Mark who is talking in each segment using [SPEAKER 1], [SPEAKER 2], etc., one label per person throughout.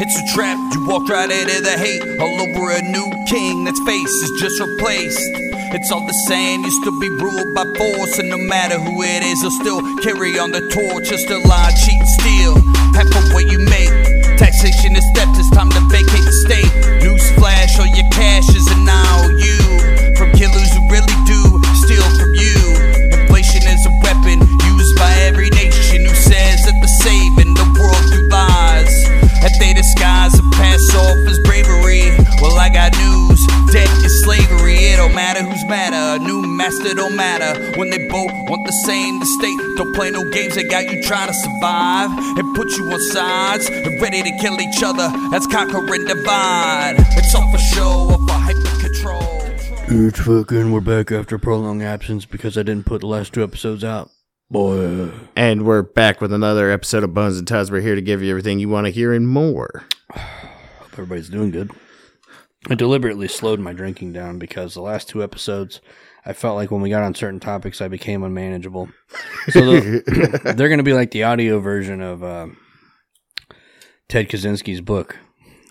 [SPEAKER 1] It's a trap, you walk right into the hate. All over a new king, that's face is just replaced. It's all the same, you still be ruled by force. And no matter who it is, you'll still carry on the torch. Just a lie, cheat, steal. Half of what you make. Taxation is stepped, it's time to vacate the state. Newsflash, all your cash is an IOU. From killers who really do steal from you. Inflation is a weapon used by every nation who says that they're saving the world through lies. That they disguise and pass off as bravery. Well, I got news debt is slavery. It don't matter who's matter. A new master don't matter. When they both want the same, the state don't play no games. They got you trying to survive and put you on sides and ready to kill each other. That's conquer and divide. It's all for show, all for hyper control.
[SPEAKER 2] It's fucking, we're back after prolonged absence because I didn't put the last two episodes out. Boy.
[SPEAKER 3] And we're back with another episode of Buns and Ties. We're here to give you everything you want to hear and more.
[SPEAKER 2] Hope everybody's doing good. I deliberately slowed my drinking down because the last two episodes, I felt like when we got on certain topics, I became unmanageable. So the, they're going to be like the audio version of uh, Ted Kaczynski's book.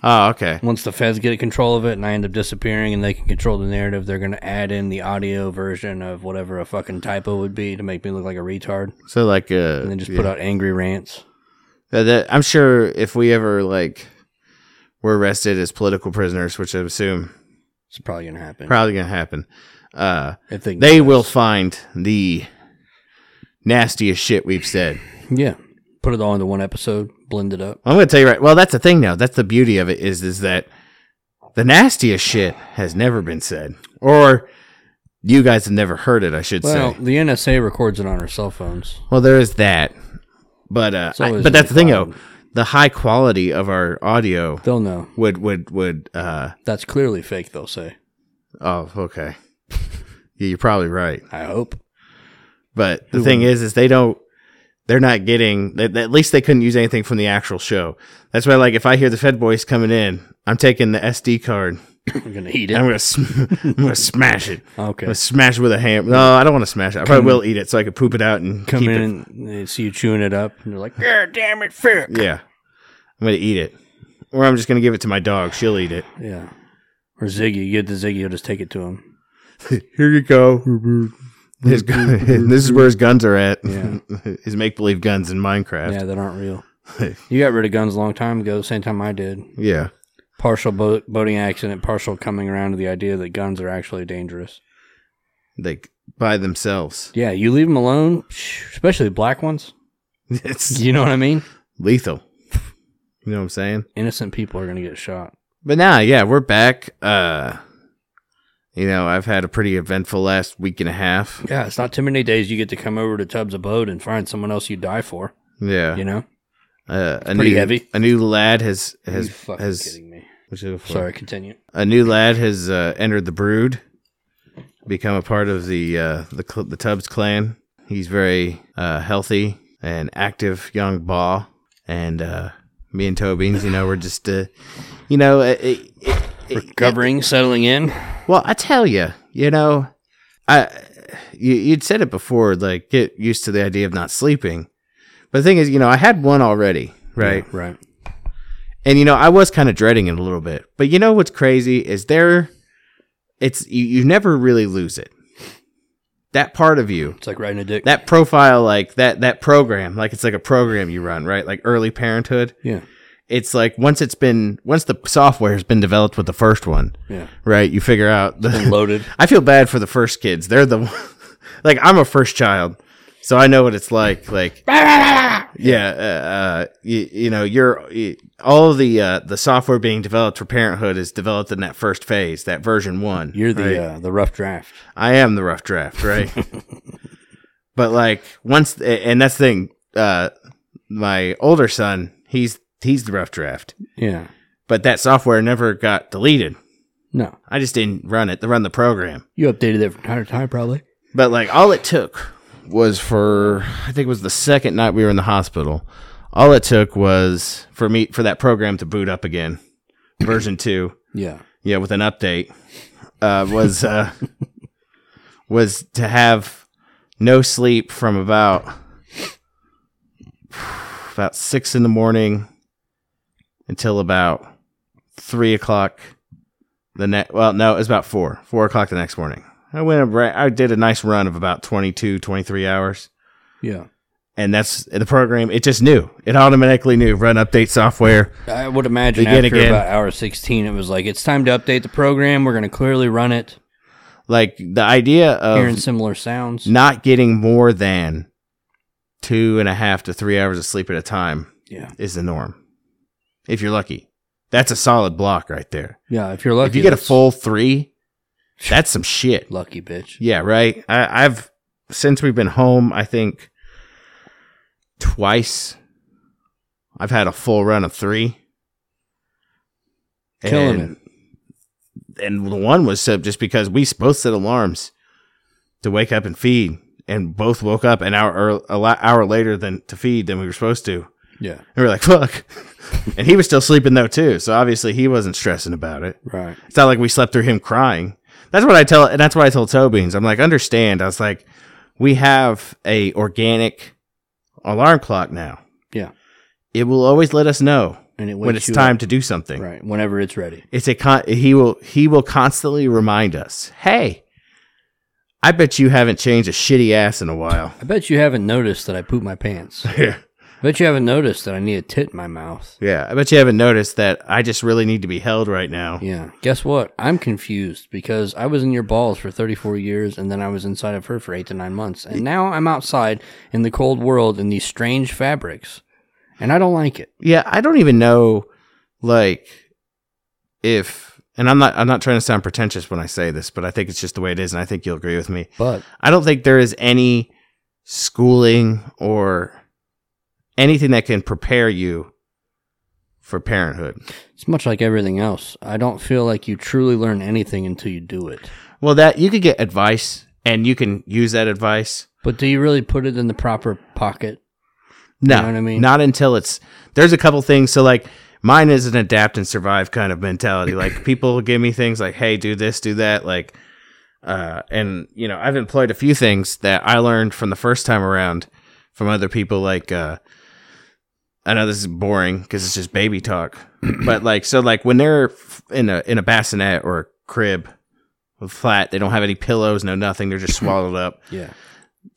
[SPEAKER 3] Oh, okay.
[SPEAKER 2] Once the feds get control of it and I end up disappearing and they can control the narrative, they're going to add in the audio version of whatever a fucking typo would be to make me look like a retard
[SPEAKER 3] So like, uh,
[SPEAKER 2] and then just
[SPEAKER 3] yeah.
[SPEAKER 2] put out angry rants.
[SPEAKER 3] Uh, that- I'm sure if we ever like were arrested as political prisoners, which I assume
[SPEAKER 2] It's probably going to happen.
[SPEAKER 3] probably gonna happen, uh,
[SPEAKER 2] if they,
[SPEAKER 3] they will find the nastiest shit we've said.
[SPEAKER 2] Yeah. Put it all into one episode, blend it up.
[SPEAKER 3] I'm gonna tell you right. Well, that's the thing now. That's the beauty of it is is that the nastiest shit has never been said, or you guys have never heard it. I should
[SPEAKER 2] Well,
[SPEAKER 3] say.
[SPEAKER 2] the NSA records it on our cell phones.
[SPEAKER 3] Well, there is that, but uh,
[SPEAKER 2] It's
[SPEAKER 3] I-
[SPEAKER 2] always
[SPEAKER 3] but that's the thing though.
[SPEAKER 2] problem.
[SPEAKER 3] The high quality of our audio
[SPEAKER 2] They'll know.
[SPEAKER 3] would would would uh
[SPEAKER 2] That's clearly fake, they'll say.
[SPEAKER 3] oh okay. yeah, you're probably right.
[SPEAKER 2] I hope.
[SPEAKER 3] But the thing is, is they don't. They're not getting. They, at least they couldn't use anything from the actual show. That's why, like, if I hear the Fed boys coming in, I'm taking the SD card.
[SPEAKER 2] We're going to eat
[SPEAKER 3] and I'm
[SPEAKER 2] it.
[SPEAKER 3] gonna, sm- I'm gonna smash it. I'm
[SPEAKER 2] Okay.
[SPEAKER 3] gonna smash it with a ham. No, I don't want to smash it. I probably will eat it, so I could poop it out and
[SPEAKER 2] Come
[SPEAKER 3] keep
[SPEAKER 2] in and they see you chewing it up, and they're like, God damn it, fuck.
[SPEAKER 3] it. Yeah, I'm gonna eat it, or I'm just gonna give it to my dog. She'll eat it.
[SPEAKER 2] Yeah. Or Ziggy. You get the Ziggy, you'll just take it to him.
[SPEAKER 3] Here you go. His gun- this is where his guns are at.
[SPEAKER 2] Yeah.
[SPEAKER 3] his make believe guns in Minecraft.
[SPEAKER 2] Yeah, that aren't real. You got rid of guns a long time ago, same time I did.
[SPEAKER 3] Yeah.
[SPEAKER 2] Partial bo- boating accident, partial coming around to the idea that guns are actually dangerous.
[SPEAKER 3] like by themselves.
[SPEAKER 2] Yeah, you leave them alone, especially black ones.
[SPEAKER 3] It's
[SPEAKER 2] You know what I mean?
[SPEAKER 3] lethal. You know what I'm saying?
[SPEAKER 2] Innocent people are going to get shot.
[SPEAKER 3] But now, yeah, we're back. Uh you know, I've had a pretty eventful last week and a half.
[SPEAKER 2] Yeah, it's not too many days you get to come over to Tubbs Abode and find someone else you die for.
[SPEAKER 3] Yeah.
[SPEAKER 2] You know?
[SPEAKER 3] uh, a
[SPEAKER 2] pretty
[SPEAKER 3] new,
[SPEAKER 2] heavy.
[SPEAKER 3] A new lad has has
[SPEAKER 2] you fucking
[SPEAKER 3] has
[SPEAKER 2] kidding me.
[SPEAKER 3] what's it for?
[SPEAKER 2] Sorry, continue.
[SPEAKER 3] A new lad has uh, entered the brood, become a part of the uh, the cl- the Tubbs clan. He's very uh, healthy and active young baw, and uh, me and Tobin's, you know, we're just, uh, you know, it, it, it-
[SPEAKER 2] Recovering, settling in.
[SPEAKER 3] well, I tell you, you know, I you, you'd said it before, like get used to the idea of not sleeping. But the thing is, you know, I had one already, right?
[SPEAKER 2] Yeah, right.
[SPEAKER 3] And you know, I was kind of dreading it a little bit. But you know what's crazy is there it's you, you never really lose it. That part of you.
[SPEAKER 2] It's like riding a dick.
[SPEAKER 3] That profile like that that program, like it's like a program you run, right? Like early parenthood.
[SPEAKER 2] yeah,
[SPEAKER 3] It's like once it's been once the software's been developed with the first one,
[SPEAKER 2] yeah.
[SPEAKER 3] right? You figure out
[SPEAKER 2] And
[SPEAKER 3] the
[SPEAKER 2] loaded.
[SPEAKER 3] I feel bad for the first kids. They're the like I'm a first child, so I know what it's like. Like yeah, uh, uh, you, you know, you're you, all the uh, the software being developed for Parenthood is developed in that first phase, that version one.
[SPEAKER 2] You're the
[SPEAKER 3] right?
[SPEAKER 2] uh, the rough draft.
[SPEAKER 3] I am the rough draft, right? but like once and that's the thing. Uh, my older son, he's he's the rough draft,
[SPEAKER 2] Yeah.
[SPEAKER 3] but that software never got deleted.
[SPEAKER 2] No,
[SPEAKER 3] I just didn't run it, run the program.
[SPEAKER 2] you updated it from time to time, probably.
[SPEAKER 3] But like all it took was for I think it was the second night we were in the hospital. All it took was for me for that program to boot up again, version two.
[SPEAKER 2] Yeah.
[SPEAKER 3] Yeah, with an update. Uh, was uh, was to have no sleep from about about six in the morning until about three o'clock the next. Well, no, it was about four, four o'clock the next morning. I went. up Right, I did a nice run of about 22, 23 hours,
[SPEAKER 2] Yeah.
[SPEAKER 3] and that's the program. It just knew. It automatically knew. Run update software.
[SPEAKER 2] I would imagine
[SPEAKER 3] Begin
[SPEAKER 2] after
[SPEAKER 3] again.
[SPEAKER 2] about hour 16, it was like, it's time to update the program. We're going to clearly run it,
[SPEAKER 3] Like the idea of
[SPEAKER 2] hearing similar sounds.
[SPEAKER 3] not getting more than two and a half to three hours of sleep at a time
[SPEAKER 2] Yeah.
[SPEAKER 3] is the norm. If you're lucky, that's a solid block right there.
[SPEAKER 2] Yeah. If you're lucky,
[SPEAKER 3] if you get a
[SPEAKER 2] that's-
[SPEAKER 3] full three, that's some shit.
[SPEAKER 2] lucky bitch.
[SPEAKER 3] Yeah, right. I, I've since we've been home, I think twice. I've had a full run of three.
[SPEAKER 2] Killing
[SPEAKER 3] and, it. And the one was sub just because we both set alarms to wake up and feed, and both woke up an hour ear- a la- hour later than to feed than we were supposed to.
[SPEAKER 2] Yeah.
[SPEAKER 3] And we were like, "Fuck!" and he was still sleeping though too, so obviously he wasn't stressing about it.
[SPEAKER 2] Right.
[SPEAKER 3] It's not like we slept through him crying. That's what I tell, and that's what I told Toe Beans. I'm like, understand. I was like, we have a organic alarm clock now.
[SPEAKER 2] Yeah.
[SPEAKER 3] It will always let us know
[SPEAKER 2] And it
[SPEAKER 3] when
[SPEAKER 2] wakes
[SPEAKER 3] it's
[SPEAKER 2] you
[SPEAKER 3] time
[SPEAKER 2] up.
[SPEAKER 3] to do something.
[SPEAKER 2] Right. Whenever it's ready.
[SPEAKER 3] It's a con- he will he will constantly remind us. Hey, I bet you haven't changed a shitty ass in a while.
[SPEAKER 2] I bet you haven't noticed that I poop my pants. I
[SPEAKER 3] yeah.
[SPEAKER 2] bet you haven't noticed that I need a tit in my mouth.
[SPEAKER 3] I bet you haven't noticed that I just really need to be held right now.
[SPEAKER 2] Yeah. Guess what? I'm confused because I was in your balls for 34 years and then I was inside of her for eight to nine months. And now I'm outside in the cold world in these strange fabrics. And I don't like it.
[SPEAKER 3] yeah i don't even know like if and i'm not i'm not trying to sound pretentious when i say this but i think it's just the way it is and i think you'll agree with me
[SPEAKER 2] But
[SPEAKER 3] i don't think there is any schooling or anything that can prepare you for parenthood
[SPEAKER 2] it's much like everything else. I don't feel like you truly learn anything until you do it.
[SPEAKER 3] well that you could get advice and you can use that advice
[SPEAKER 2] But do you really put it in the proper pocket?
[SPEAKER 3] no
[SPEAKER 2] know what I mean?
[SPEAKER 3] not until it's there's a couple things so like mine is an adapt and survive kind of mentality like people give me things like hey do this do that like uh, and you know i've employed a few things that i learned from the first time around from other people like uh, i know this is boring because it's just baby talk but like so like when they're f- in a in a bassinet or a crib flat they don't have any pillows no nothing they're just swallowed up
[SPEAKER 2] Yeah.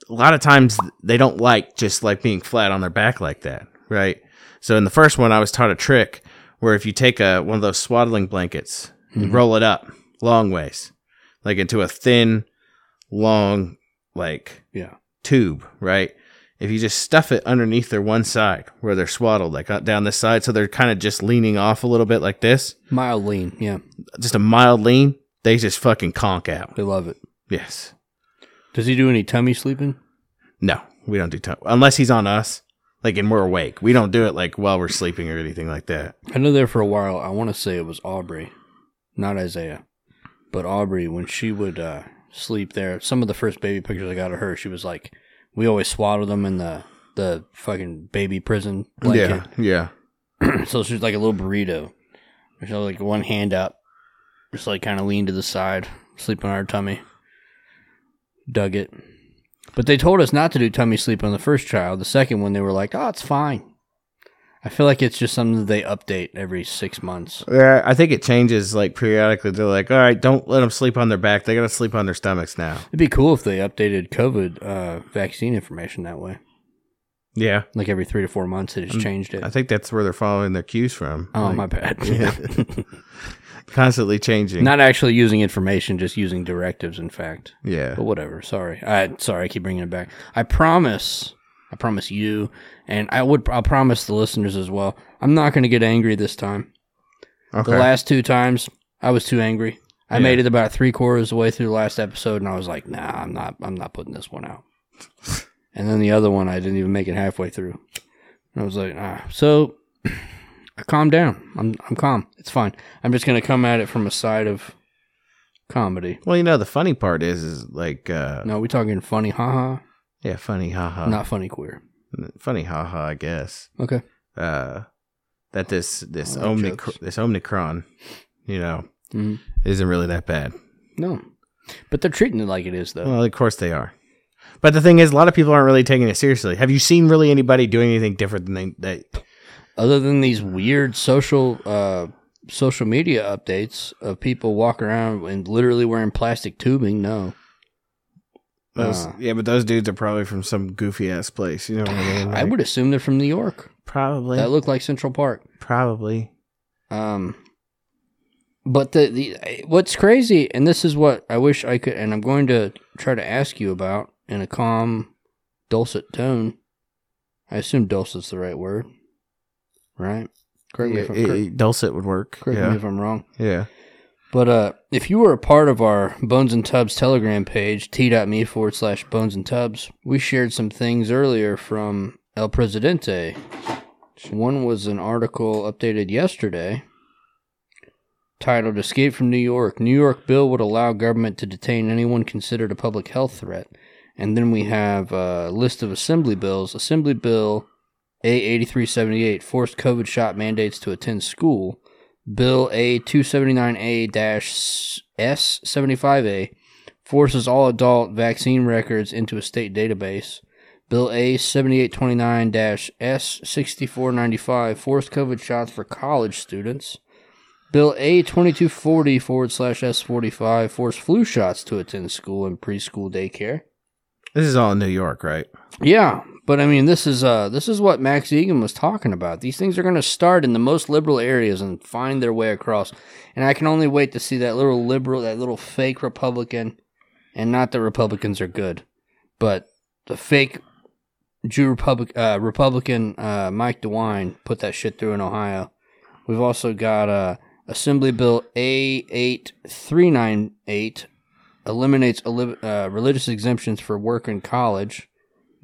[SPEAKER 3] a lot of times they don't like just like being flat on their back like that, right? So in the first one, I was taught a trick where if you take a one of those swaddling blankets, you roll it up long ways, like into a thin, long, like
[SPEAKER 2] Yeah.
[SPEAKER 3] tube, right? If you just stuff it underneath their one side where they're swaddled, like uh, down this side, so they're kind of just leaning off a little bit like this,
[SPEAKER 2] Mild lean. Yeah.
[SPEAKER 3] just a mild lean, they just fucking conk out.
[SPEAKER 2] They love it.
[SPEAKER 3] Yes.
[SPEAKER 2] Does he do any tummy sleeping?
[SPEAKER 3] No, we don't do time unless he's on us, like and we're awake. We don't do it like while we're sleeping or anything like that.
[SPEAKER 2] I know there for a while. I want to say it was Aubrey, not Isaiah, but Aubrey when she would uh, sleep there. Some of the first baby pictures I got of her, she was like, "We always swaddled them in the the fucking baby prison blanket."
[SPEAKER 3] yeah,
[SPEAKER 2] so she was like a little burrito. She had like one hand up, just like kind of leaned to the side, sleeping on her tummy. Dug it. But they told us not to do tummy sleep on the first child. The second one, they were like, "Oh, it's fine." I feel like it's just something that they update every six months.
[SPEAKER 3] yeah. I think it changes like periodically. They're like, all right, don't let them sleep on their back. They gotta sleep on their stomachs now.
[SPEAKER 2] It'd be cool if they updated COVID uh, vaccine information that way.
[SPEAKER 3] Yeah,
[SPEAKER 2] Like every three to four months, they just changed it.
[SPEAKER 3] I think Mm, that's where they're following their cues from.
[SPEAKER 2] oh,
[SPEAKER 3] Like,
[SPEAKER 2] my bad.
[SPEAKER 3] Constantly changing.
[SPEAKER 2] Not actually using information, just using directives, in fact.
[SPEAKER 3] yeah,
[SPEAKER 2] But whatever. Sorry. I sorry. I keep bringing it back. I promise. I promise you, and I would. I promise the listeners as well. I'm not going to get angry this time.
[SPEAKER 3] okay.
[SPEAKER 2] The last two times, I was too angry. I
[SPEAKER 3] Yeah.
[SPEAKER 2] made it about three quarters of the way through the last episode, and I was like, "Nah, I'm not. I'm not putting this one out." and then the other one, I didn't even make it halfway through. And I was like, "Ah." So I calmed down. I'm. I'm calm. It's fine. I'm just going to come at it from a side of comedy.
[SPEAKER 3] well, you know the funny part is, is like, uh,
[SPEAKER 2] No, we talking funny, haha.
[SPEAKER 3] yeah, funny, haha,
[SPEAKER 2] Not funny queer.
[SPEAKER 3] funny, haha. I guess
[SPEAKER 2] Okay.
[SPEAKER 3] uh, that this this
[SPEAKER 2] I like
[SPEAKER 3] omnic-
[SPEAKER 2] jokes.
[SPEAKER 3] this omnicron, you know,
[SPEAKER 2] Mhm.
[SPEAKER 3] isn't really that bad.
[SPEAKER 2] No. But they're treating it like it is, though.
[SPEAKER 3] Well, of course they are. But the thing is, a lot of people aren't really taking it seriously. Have you seen really anybody doing anything different than they, that
[SPEAKER 2] other than these weird social uh, social media updates of people walking around and literally wearing plastic tubing, no.
[SPEAKER 3] Those,
[SPEAKER 2] Uh.
[SPEAKER 3] yeah, but those dudes are probably from some goofy ass place. You know what I mean?
[SPEAKER 2] I
[SPEAKER 3] Like,
[SPEAKER 2] would assume they're from New York.
[SPEAKER 3] probably,
[SPEAKER 2] That looked like Central Park.
[SPEAKER 3] probably.
[SPEAKER 2] Um, but the, the what's crazy, and this is what I wish I could, and I'm going to try to ask you about in a calm, dulcet tone. I assume dulcet's the right word, right? Correct me if I'm
[SPEAKER 3] Yeah,
[SPEAKER 2] cor-
[SPEAKER 3] it- dulcet would work.
[SPEAKER 2] correct
[SPEAKER 3] yeah,
[SPEAKER 2] me if I'm wrong.
[SPEAKER 3] yeah.
[SPEAKER 2] But uh, if you were a part of our Bones and Tubs Telegram page, t.me forward slash Bones and Tubs, we shared some things earlier from El Presidente. One was an article updated yesterday titled Escape from New York. New York bill would allow government to detain anyone considered a public health threat. And then we have a list of assembly bills. Assembly Bill A8378 forced COVID shot mandates to attend school. Bill A279A-S75A forces all adult vaccine records into a state database. Bill A7829-S6495 forced COVID shots for college students. Bill A2240 forward slash S45 forced flu shots to attend school and preschool daycare.
[SPEAKER 3] This is all in New York, right?
[SPEAKER 2] Yeah, but I mean, this is uh, this is what Max Egan was talking about. These things are going to start in the most liberal areas and find their way across. And I can only wait to see that little liberal, that little fake Republican, and not that Republicans are good, but the fake Jew Republic, uh, Republican uh, Mike DeWine put that shit through in Ohio. We've also got uh, Assembly Bill A eight three nine eight eliminates eli- uh, religious exemptions for work and college.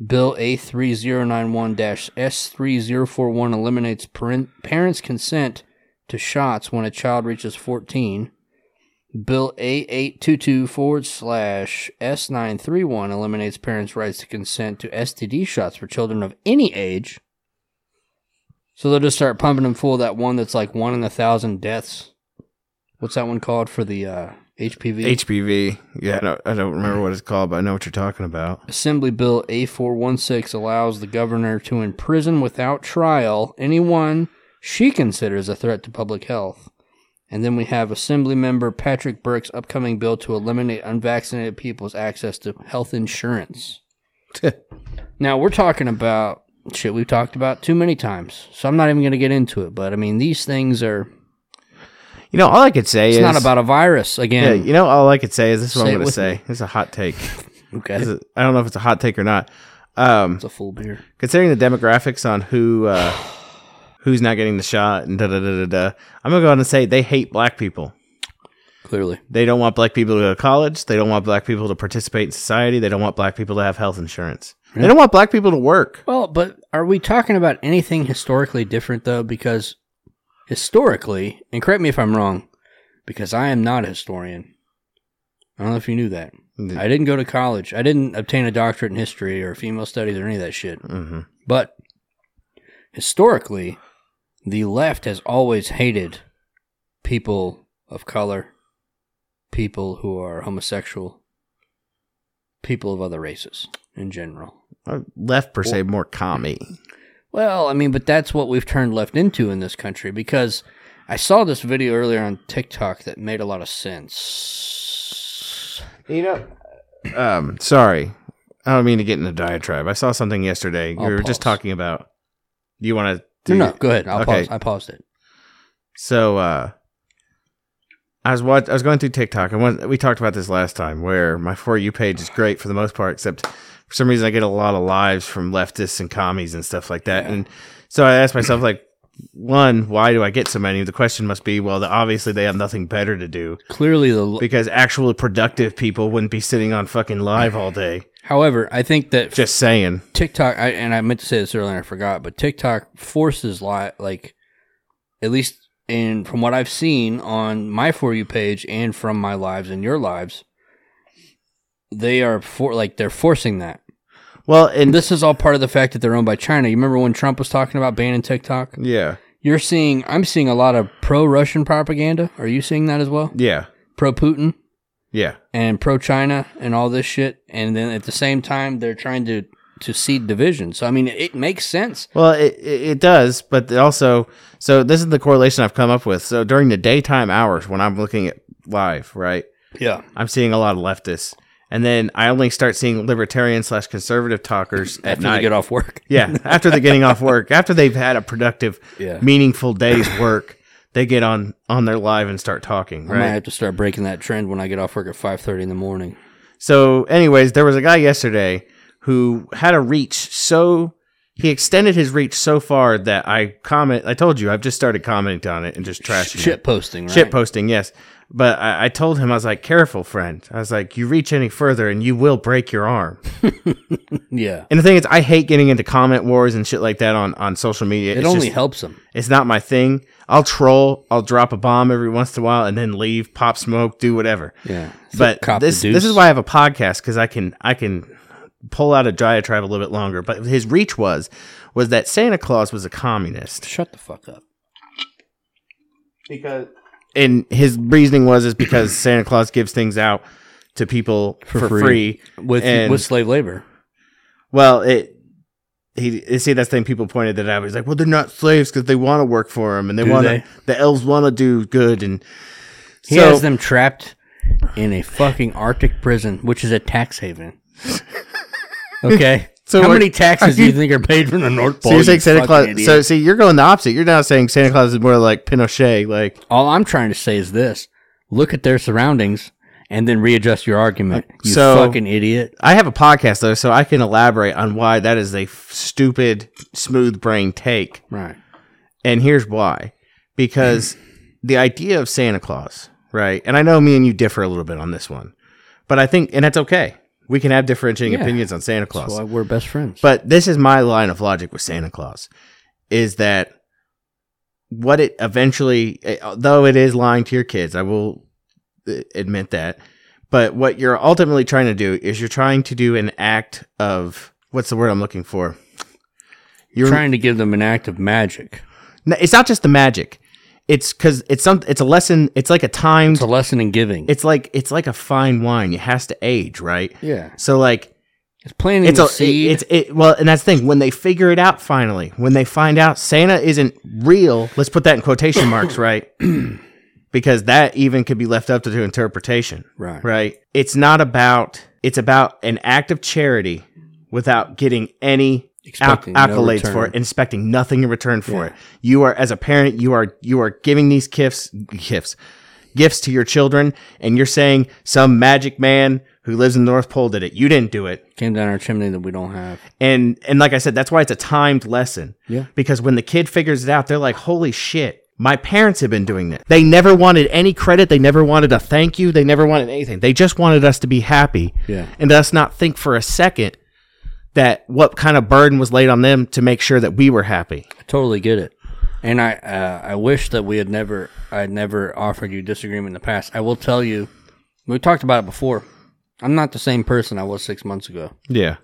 [SPEAKER 2] Bill A3091-S3041 eliminates paren- parents' consent to shots when a child reaches 14. Bill A822 forward slash S931 eliminates parents' rights to consent to STD shots for children of any age. So they'll just start pumping them full of that one that's like one in a thousand deaths. What's that one called for the uh, HPV?
[SPEAKER 3] HPV. Yeah, I don't, I don't remember what it's called, but I know what you're talking about.
[SPEAKER 2] Assembly Bill A416 allows the governor to imprison without trial anyone she considers a threat to public health. And then we have Assembly member Patrick Burke's upcoming bill to eliminate unvaccinated people's access to health insurance. Now, we're talking about shit we've talked about too many times, so I'm not even going to get into it. But I mean, these things are.
[SPEAKER 3] You know, all I could say
[SPEAKER 2] It's
[SPEAKER 3] is
[SPEAKER 2] not about a virus
[SPEAKER 3] Yeah,
[SPEAKER 2] again.
[SPEAKER 3] you know, all I could say is this is what
[SPEAKER 2] Say it
[SPEAKER 3] I'm going to
[SPEAKER 2] with
[SPEAKER 3] say.
[SPEAKER 2] me.
[SPEAKER 3] This is a hot take.
[SPEAKER 2] okay.
[SPEAKER 3] This is- I don't know if it's a hot take or not. Um,
[SPEAKER 2] It's a full beer.
[SPEAKER 3] considering the demographics on who uh, who's not getting the shot and da da da da da, I'm gonna go on and say they hate black people.
[SPEAKER 2] Clearly.
[SPEAKER 3] They don't want black people to go to college. They don't want black people to participate in society. They don't want black people to have health insurance. They don't want black people to work.
[SPEAKER 2] Well, but are we talking about anything historically different though? Because historically, and correct me if I'm wrong, because I am not a historian. I don't know if you knew that.
[SPEAKER 3] Mm.
[SPEAKER 2] I didn't go to college. I didn't obtain a doctorate in history or female studies or any of that shit.
[SPEAKER 3] hmm
[SPEAKER 2] But historically, the left has always hated people of color, people who are homosexual, people of other races in general.
[SPEAKER 3] Uh, Left per se more commie.
[SPEAKER 2] Well, I mean, but that's what we've turned left into in this country because I saw this video earlier on TikTok that made a lot of sense.
[SPEAKER 3] You know, um, sorry, I don't mean to get in a diatribe. I saw something yesterday.
[SPEAKER 2] I'll
[SPEAKER 3] we were just
[SPEAKER 2] pause.
[SPEAKER 3] talking about. Do you want to?
[SPEAKER 2] No, no, go ahead. I'll
[SPEAKER 3] Okay.
[SPEAKER 2] pause. I paused it.
[SPEAKER 3] So uh I was watch- I was going through TikTok and one- we talked about this last time where my for you page is great for the most part except for some reason I get a lot of lives from leftists and commies and stuff like that and so I asked myself like one why do I get so many the question must be well the, obviously they have nothing better to do
[SPEAKER 2] Clearly, the.
[SPEAKER 3] because actual productive people wouldn't be sitting on fucking live all day
[SPEAKER 2] However, I think that
[SPEAKER 3] just saying
[SPEAKER 2] TikTok, I, and I meant to say this earlier, and I forgot, but TikTok forces li- like, at least in from what I've seen on my for you page and from my lives and your lives, they are for like they're forcing that.
[SPEAKER 3] well and
[SPEAKER 2] And this is all part of the fact that they're owned by China. You remember when Trump was talking about banning TikTok?
[SPEAKER 3] yeah
[SPEAKER 2] You're seeing, I'm seeing a lot of pro Russian propaganda. Are you seeing that as well?
[SPEAKER 3] yeah
[SPEAKER 2] Pro Putin
[SPEAKER 3] yeah
[SPEAKER 2] and pro China and all this shit. And then at the same time, they're trying to to seed division. So I mean, it makes sense.
[SPEAKER 3] Well, it, it it does, but it also, so this is the correlation I've come up with. So during the daytime hours when I'm looking at live, right,
[SPEAKER 2] Yeah,
[SPEAKER 3] I'm seeing a lot of leftists. And then I only start seeing libertarian slash conservative talkers at
[SPEAKER 2] after
[SPEAKER 3] night.
[SPEAKER 2] they get off work.
[SPEAKER 3] yeah, after they're getting off work, after they've had a productive,
[SPEAKER 2] Yeah.
[SPEAKER 3] meaningful day's work, they get on on their live and start talking,
[SPEAKER 2] I might
[SPEAKER 3] right?
[SPEAKER 2] have to start breaking that trend when I get off work at five thirty in the morning.
[SPEAKER 3] So, anyways, there was a guy yesterday who had a reach so he extended his reach so far that I comment. I told you I've just started commenting on it and just trashing
[SPEAKER 2] Shit
[SPEAKER 3] it.
[SPEAKER 2] posting, right?
[SPEAKER 3] Shit posting, yes. But I, I told him I was like, careful, friend. I was like, you reach any further and you will break your arm.
[SPEAKER 2] yeah,
[SPEAKER 3] And the thing is, I hate getting into comment wars and shit like that on on social media.
[SPEAKER 2] it
[SPEAKER 3] It's
[SPEAKER 2] only
[SPEAKER 3] just-
[SPEAKER 2] helps them.
[SPEAKER 3] It's not my thing. I'll troll. I'll drop a bomb every once in a while and then leave, pop smoke, do whatever.
[SPEAKER 2] Yeah,
[SPEAKER 3] but
[SPEAKER 2] Cop the
[SPEAKER 3] this
[SPEAKER 2] deuce.
[SPEAKER 3] this is why I have a podcast because I can I can pull out a diatribe a little bit longer. But his reach was was that Santa Claus was a communist
[SPEAKER 2] Shut the fuck up.
[SPEAKER 3] because and his reasoning was is because Santa Claus gives things out to people for,
[SPEAKER 2] For
[SPEAKER 3] free.
[SPEAKER 2] free. With
[SPEAKER 3] And-
[SPEAKER 2] with slave labor.
[SPEAKER 3] Well, it. He you see that's the thing people pointed that out. He's like, well, they're not slaves because they want to work for him and they
[SPEAKER 2] Do
[SPEAKER 3] want
[SPEAKER 2] they?
[SPEAKER 3] to. The elves want to do good and
[SPEAKER 2] He
[SPEAKER 3] So-
[SPEAKER 2] has them trapped in a fucking Arctic prison, which is a tax haven. Okay.
[SPEAKER 3] So
[SPEAKER 2] how
[SPEAKER 3] are-
[SPEAKER 2] many taxes
[SPEAKER 3] are
[SPEAKER 2] do you
[SPEAKER 3] you-
[SPEAKER 2] think are paid from the North Pole?
[SPEAKER 3] So you're saying
[SPEAKER 2] you
[SPEAKER 3] Santa
[SPEAKER 2] fucking
[SPEAKER 3] Claus?
[SPEAKER 2] idiot?
[SPEAKER 3] So see, you're going the opposite. You're now saying Santa Claus is more like Pinochet. Like
[SPEAKER 2] all I'm trying to say is this: look at their surroundings and then readjust your argument. You
[SPEAKER 3] Uh, so-
[SPEAKER 2] fucking idiot.
[SPEAKER 3] I have a podcast though, so I can elaborate on why that is a f- stupid, smooth brain take.
[SPEAKER 2] Right.
[SPEAKER 3] And here's why: because the idea of Santa Claus, right? And I know me and you differ a little bit on this one, but I think, and that's okay. We can have differentiating
[SPEAKER 2] Yeah.
[SPEAKER 3] opinions on Santa Claus.
[SPEAKER 2] That's why we're best friends.
[SPEAKER 3] But this is my line of logic with Santa Claus is that what it eventually, eh, though it is lying to your kids, I will uh, admit that. But what you're ultimately trying to do is you're trying to do an act of what's the word I'm looking for? You're
[SPEAKER 2] trying to give them an act of magic.
[SPEAKER 3] No, It's not just the magic. It's because it's some. It's a lesson. It's like a timed.
[SPEAKER 2] It's a lesson in giving.
[SPEAKER 3] It's like it's like a fine wine. It has to age, right?
[SPEAKER 2] yeah.
[SPEAKER 3] So like
[SPEAKER 2] It's planting
[SPEAKER 3] it's
[SPEAKER 2] the
[SPEAKER 3] a,
[SPEAKER 2] seed.
[SPEAKER 3] it's it well and that's the thing when they figure it out finally when they find out santa isn't real let's put that in quotation marks right because that even could be left up to, to interpretation
[SPEAKER 2] Right.
[SPEAKER 3] right it's not about it's about an act of charity without getting any acc-
[SPEAKER 2] Expecting no
[SPEAKER 3] accolades for
[SPEAKER 2] return.
[SPEAKER 3] it and expecting nothing in return for
[SPEAKER 2] Yeah.
[SPEAKER 3] it you are as a parent you are you are giving these gifts gifts gifts to your children and you're saying some magic man who lives in the north pole did it you didn't do it
[SPEAKER 2] Came down our chimney that we don't have.
[SPEAKER 3] and and like I said, that's why it's a timed lesson.
[SPEAKER 2] Yeah.
[SPEAKER 3] Because when the kid figures it out, they're like, "Holy shit! My parents have been doing this. They never wanted any credit. They never wanted a thank you. They never wanted anything. They just wanted us to be happy.
[SPEAKER 2] Yeah.
[SPEAKER 3] And us not think for a second that what kind of burden was laid on them to make sure that we were happy.
[SPEAKER 2] totally get it and i uh, i wish that we had never i had never offered you disagreement in the past i will tell you we talked about it before i'm not the same person i was six months ago
[SPEAKER 3] Yeah.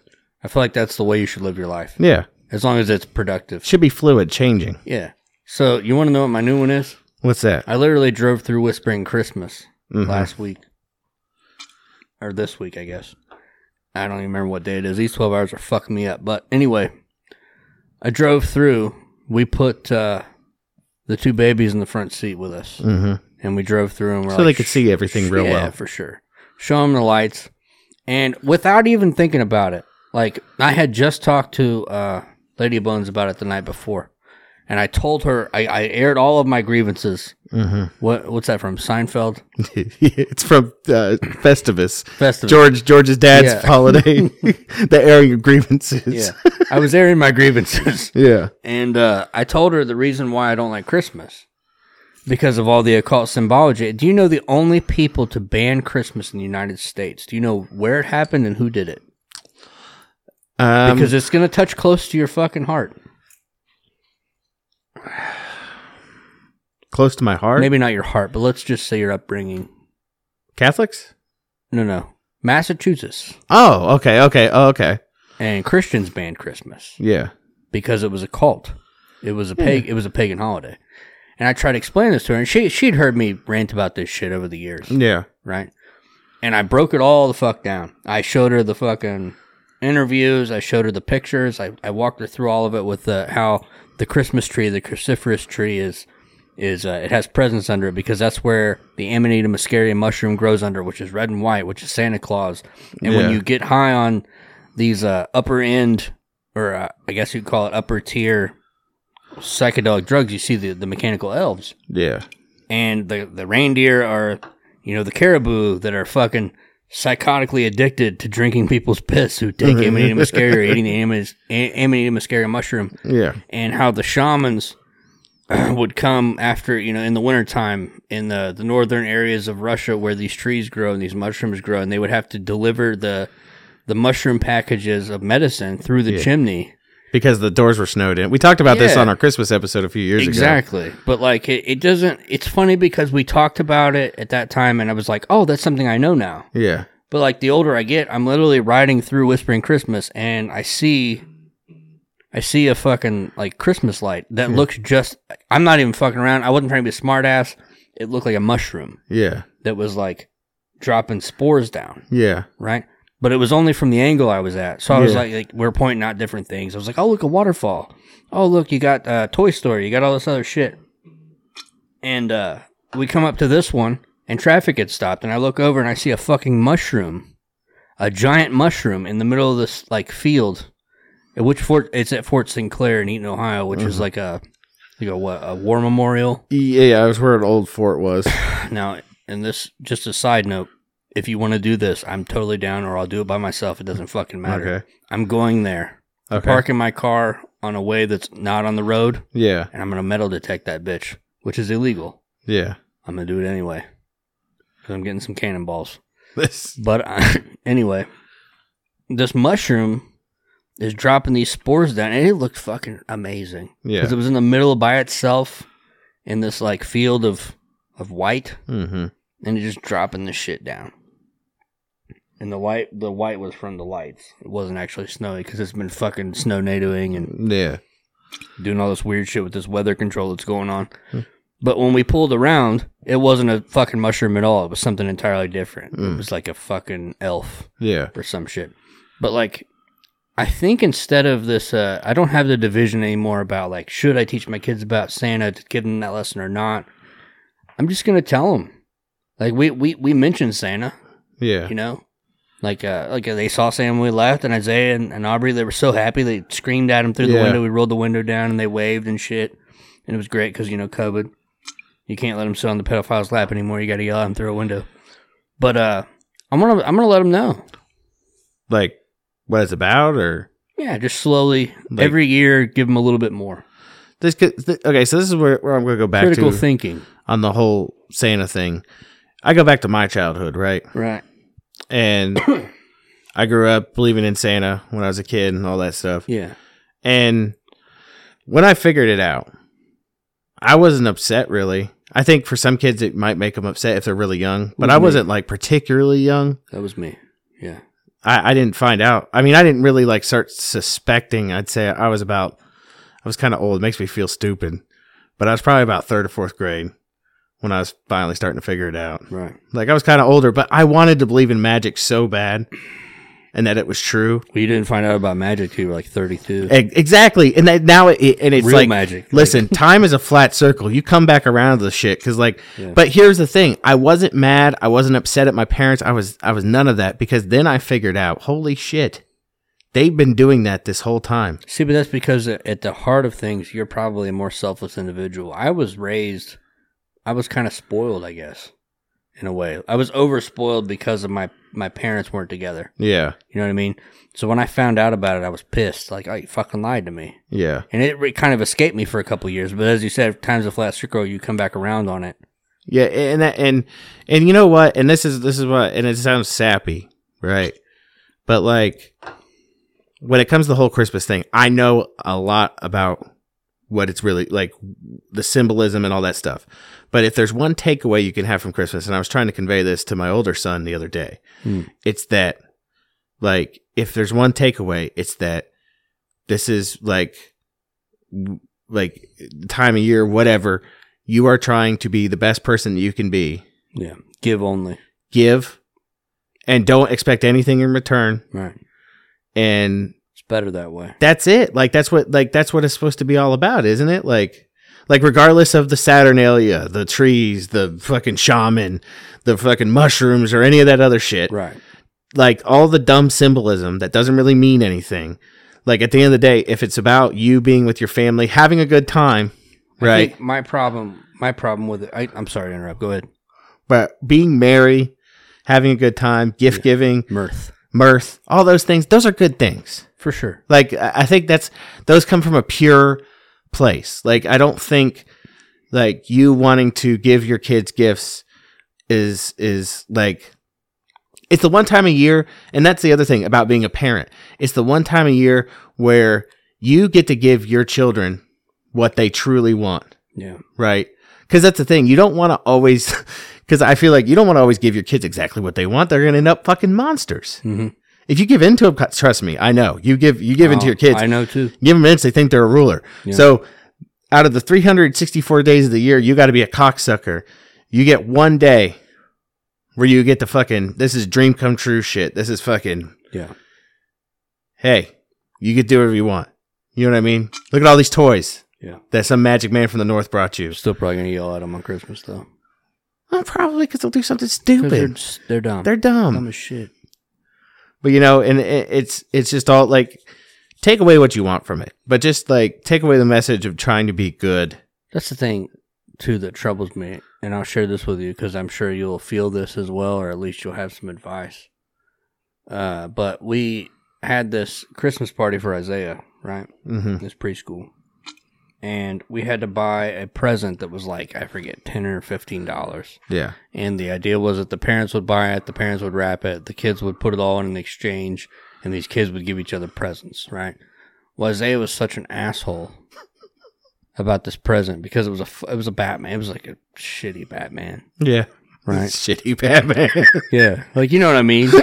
[SPEAKER 2] i feel like that's the way you should live your life
[SPEAKER 3] Yeah.
[SPEAKER 2] as long as it's productive
[SPEAKER 3] Should be fluid, changing.
[SPEAKER 2] yeah so you want to know what my new one is
[SPEAKER 3] What's that?
[SPEAKER 2] i literally drove through whispering christmas
[SPEAKER 3] Mm-hmm.
[SPEAKER 2] last week or this week i guess i don't even remember what day it is these 12 hours are fucking me up but anyway i drove through we put uh, the two babies in the front seat with us
[SPEAKER 3] Mm-hmm.
[SPEAKER 2] and we drove through and we're
[SPEAKER 3] So
[SPEAKER 2] like,
[SPEAKER 3] they could
[SPEAKER 2] "Sh-
[SPEAKER 3] see everything real
[SPEAKER 2] yeah,
[SPEAKER 3] well.
[SPEAKER 2] for sure show them the lights and without even thinking about it like i had just talked to uh, lady bones about it the night before and i told her i, I aired all of my grievances
[SPEAKER 3] Mm-hmm.
[SPEAKER 2] what, what's that from seinfeld
[SPEAKER 3] it's from uh, Festivus.
[SPEAKER 2] festival
[SPEAKER 3] George George's dad's
[SPEAKER 2] Yeah.
[SPEAKER 3] holiday, the airing of grievances.
[SPEAKER 2] Yeah. I was airing my grievances.
[SPEAKER 3] Yeah.
[SPEAKER 2] And uh, I told her the reason why I don't like Christmas because of all the occult symbology. Do you know the only people to ban Christmas in the United States? Do you know where it happened and who did it?
[SPEAKER 3] Um,
[SPEAKER 2] Because it's going to touch close to your fucking heart.
[SPEAKER 3] close to my heart.
[SPEAKER 2] Maybe not your heart, but let's just say your upbringing.
[SPEAKER 3] Catholics?
[SPEAKER 2] No, no. Massachusetts
[SPEAKER 3] Oh, okay, okay, oh, okay.
[SPEAKER 2] and Christians banned Christmas.
[SPEAKER 3] Yeah.
[SPEAKER 2] because it was a cult. It was a pag- it was a pagan holiday. And I tried to explain this to her and she she'd heard me rant about this shit over the years,
[SPEAKER 3] Yeah.
[SPEAKER 2] right? And I broke it all the fuck down. I showed her the fucking interviews. I showed her the pictures. I, I walked her through all of it with the, how the Christmas tree, the cruciferous tree, is is uh, it has presents under it because that's where the Amanita muscaria mushroom grows under, which is red and white, which is Santa Claus. And
[SPEAKER 3] Yeah.
[SPEAKER 2] when you get high on these uh, upper end, or uh, I guess you'd call it upper tier psychedelic drugs, you see the, the mechanical elves
[SPEAKER 3] Yeah.
[SPEAKER 2] and the the reindeer are, you know, the caribou that are fucking psychotically addicted to drinking people's piss who take Amanita muscaria or eating the Amanita, Amanita muscaria mushroom,
[SPEAKER 3] Yeah.
[SPEAKER 2] and how the shamans would come after, you know, in the wintertime in the, the northern areas of Russia where these trees grow and these mushrooms grow, and they would have to deliver the the mushroom packages of medicine through the chimney
[SPEAKER 3] Because the doors were snowed in. We talked about this
[SPEAKER 2] Yeah.
[SPEAKER 3] on our Christmas episode a few years ago.
[SPEAKER 2] exactly but like it, it doesn't it's funny because we talked about it at that time and i was like oh that's something i know now
[SPEAKER 3] Yeah.
[SPEAKER 2] but like the older i get i'm literally riding through whispering christmas and i see i see a fucking like christmas light that looks just i'm not even fucking around i wasn't trying to be a smart ass it looked like a mushroom
[SPEAKER 3] Yeah.
[SPEAKER 2] that was like dropping spores down
[SPEAKER 3] Yeah.
[SPEAKER 2] right but it was only from the angle i was at so i was
[SPEAKER 3] Yeah.
[SPEAKER 2] like, like we we're pointing out different things i was like oh look a waterfall oh look you got uh, toy story you got all this other shit and uh we come up to this one and traffic had stopped and i look over and i see a fucking mushroom a giant mushroom in the middle of this like field at which fort it's at fort sinclair in eaton ohio which is like a like a what a war memorial
[SPEAKER 3] Yeah, I was where an old fort was.
[SPEAKER 2] now, and this just a side note, if you want to do this, I'm totally down or I'll do it by myself. It doesn't fucking matter.
[SPEAKER 3] Okay.
[SPEAKER 2] I'm going there.
[SPEAKER 3] Okay.
[SPEAKER 2] Parking my car on a way that's not on the road,
[SPEAKER 3] Yeah.
[SPEAKER 2] and I'm gonna metal detect that bitch, which is illegal.
[SPEAKER 3] Yeah. I'm
[SPEAKER 2] I'm gonna do it anyway. Cause I'm getting some cannonballs.
[SPEAKER 3] This
[SPEAKER 2] But I, anyway, this mushroom is dropping these spores down, and it looked fucking amazing.
[SPEAKER 3] Yeah.
[SPEAKER 2] Because it was in the middle by itself in this like field of of white
[SPEAKER 3] Mm-hmm.
[SPEAKER 2] and you're just dropping the shit down. And the white, the white was from the lights. It wasn't actually snowy because it's been fucking snow natoing and
[SPEAKER 3] Yeah.
[SPEAKER 2] doing all this weird shit with this weather control that's going on. But when we pulled around, it wasn't a fucking mushroom at all. It was something entirely different. It was like a fucking elf
[SPEAKER 3] Yeah.
[SPEAKER 2] or some shit. But like, I think instead of this, uh, I don't have the division anymore about like, should I teach my kids about Santa to give them that lesson or not? I'm just gonna tell them. Like we we we mentioned Santa,
[SPEAKER 3] Yeah.
[SPEAKER 2] you know, like uh like they saw Santa when we left, and Isaiah and, and Aubrey they were so happy they screamed at him through the
[SPEAKER 3] Yeah.
[SPEAKER 2] window. We rolled the window down and they waved and shit, and it was great because you know COVID, you can't let him sit on the pedophile's lap anymore. You got to yell at him through a window. But uh, I'm gonna I'm gonna let him know.
[SPEAKER 3] Like what it's about or
[SPEAKER 2] Yeah, just slowly
[SPEAKER 3] Like-
[SPEAKER 2] every year, give them a little bit more
[SPEAKER 3] this could, th- okay, so this is where, where I'm gonna go back
[SPEAKER 2] critical
[SPEAKER 3] to
[SPEAKER 2] thinking.
[SPEAKER 3] on the whole Santa thing. I go back to my childhood, right?
[SPEAKER 2] Right.
[SPEAKER 3] And I grew up believing in Santa when I was a kid and all that stuff.
[SPEAKER 2] Yeah.
[SPEAKER 3] And when I figured it out, I wasn't upset really. I think for some kids it might make them upset if they're really young, but I wasn't like particularly young.
[SPEAKER 2] That was me. Yeah.
[SPEAKER 3] I, I didn't find out. I mean, I didn't really like start suspecting. I'd say I was about, I was kind of old. It makes me feel stupid, but I was probably about third or fourth grade when I was finally starting to figure it out.
[SPEAKER 2] Right.
[SPEAKER 3] Like I was kind of older, but I wanted to believe in magic so bad and that it was true.
[SPEAKER 2] Well, you didn't find out about magic till you were like 32.
[SPEAKER 3] E- Exactly. And that now it, it- and it's
[SPEAKER 2] Real
[SPEAKER 3] like,
[SPEAKER 2] magic.
[SPEAKER 3] listen, time is a flat circle. You come back around to the shit. Cause like, but here's the thing. I wasn't mad. I wasn't upset at my parents. I was, I was none of that because then I figured out, holy shit, they've been doing that this whole time.
[SPEAKER 2] See, but that's because a- at the heart of things, you're probably a more selfless individual. I was raised, I was kind of spoiled, I guess, in a way. I was overspoiled because of my my parents weren't together.
[SPEAKER 3] Yeah.
[SPEAKER 2] You know what I mean? So when I found out about it, I was pissed. Like, oh, you fucking lied to me.
[SPEAKER 3] Yeah.
[SPEAKER 2] And it re- kind of escaped me for a couple years. But as you said, times a flat circle, you come back around on it.
[SPEAKER 3] Yeah. And that, and, and you know what? And this is, this is what, and it sounds sappy, right? But like, when it comes to the whole Christmas thing, I know a lot about what it's really like the symbolism and all that stuff. But if there's one takeaway you can have from Christmas, and I was trying to convey this to my older son the other day,
[SPEAKER 2] Hmm.
[SPEAKER 3] it's that like if there's one takeaway, it's that this is like w- like time of year, whatever. You are trying to be the best person that you can be.
[SPEAKER 2] Yeah. Give only.
[SPEAKER 3] Give and don't expect anything in return
[SPEAKER 2] Right.
[SPEAKER 3] and
[SPEAKER 2] It's better that way.
[SPEAKER 3] that's it. Like that's what like that's what it's supposed to be all about, isn't it? Like like regardless of the Saturnalia, the trees, the fucking shaman, the fucking mushrooms or any of that other shit.
[SPEAKER 2] Right.
[SPEAKER 3] Like all the dumb symbolism that doesn't really mean anything. Like at the end of the day, if it's about you being with your family, having a good time,
[SPEAKER 2] I
[SPEAKER 3] right?
[SPEAKER 2] think My problem. My problem with it. I, I'm sorry to interrupt. Go ahead.
[SPEAKER 3] But being merry, having a good time, gift giving,
[SPEAKER 2] Mirth.
[SPEAKER 3] mirth, all those things, those are good things.
[SPEAKER 2] For sure.
[SPEAKER 3] Like I I think that's those come from a pure place. Like I don't think like you wanting to give your kids gifts is is like it's the one time a year and that's the other thing about being a parent. It's the one time a year where you get to give your children what they truly want,
[SPEAKER 2] Yeah.
[SPEAKER 3] right? Cuz that's the thing. You don't want to always cuz I feel like you don't want to always give your kids exactly what they want. They're going to end up fucking monsters.
[SPEAKER 2] Mm-hmm.
[SPEAKER 3] If you give in to them, trust me, I know you give you give in to your kids.
[SPEAKER 2] Oh, I know too.
[SPEAKER 3] Give them inch, they think they're a ruler.
[SPEAKER 2] Yeah.
[SPEAKER 3] So, out of the 364 days of the year, you got to be a cocksucker. You get one day where you get the fucking this is dream come true shit. This is fucking
[SPEAKER 2] Yeah.
[SPEAKER 3] hey, you could do whatever you want. You know what I mean? Look at all these toys
[SPEAKER 2] Yeah.
[SPEAKER 3] that some magic man from the north brought you.
[SPEAKER 2] Still probably gonna yell at them on Christmas though.
[SPEAKER 3] Well, probably because they'll do something
[SPEAKER 2] 'Cause They're,
[SPEAKER 3] stupid.
[SPEAKER 2] just- they're dumb.
[SPEAKER 3] They're dumb.
[SPEAKER 2] dumb as shit.
[SPEAKER 3] but you know and it, it's it's just all like take away what you want from it but just like take away the message of trying to be good
[SPEAKER 2] That's the thing, too, that troubles me, and I'll share this with you because I'm sure you'll feel this as well, or at least you'll have some advice. Uh, but we had this Christmas party for Isaiah, right?
[SPEAKER 3] mm-hmm.
[SPEAKER 2] This preschool, and we had to buy a present that was like I forget ten or fifteen dollars.
[SPEAKER 3] yeah
[SPEAKER 2] And the idea was that the parents would buy it, the parents would wrap it, the kids would put it all in an exchange, and these kids would give each other presents, right? Well, Isaiah was such an asshole about this present because it was a f- it was a Batman. It was like a shitty Batman,
[SPEAKER 3] yeah
[SPEAKER 2] right?
[SPEAKER 3] shitty batman
[SPEAKER 2] yeah, like you know what I mean?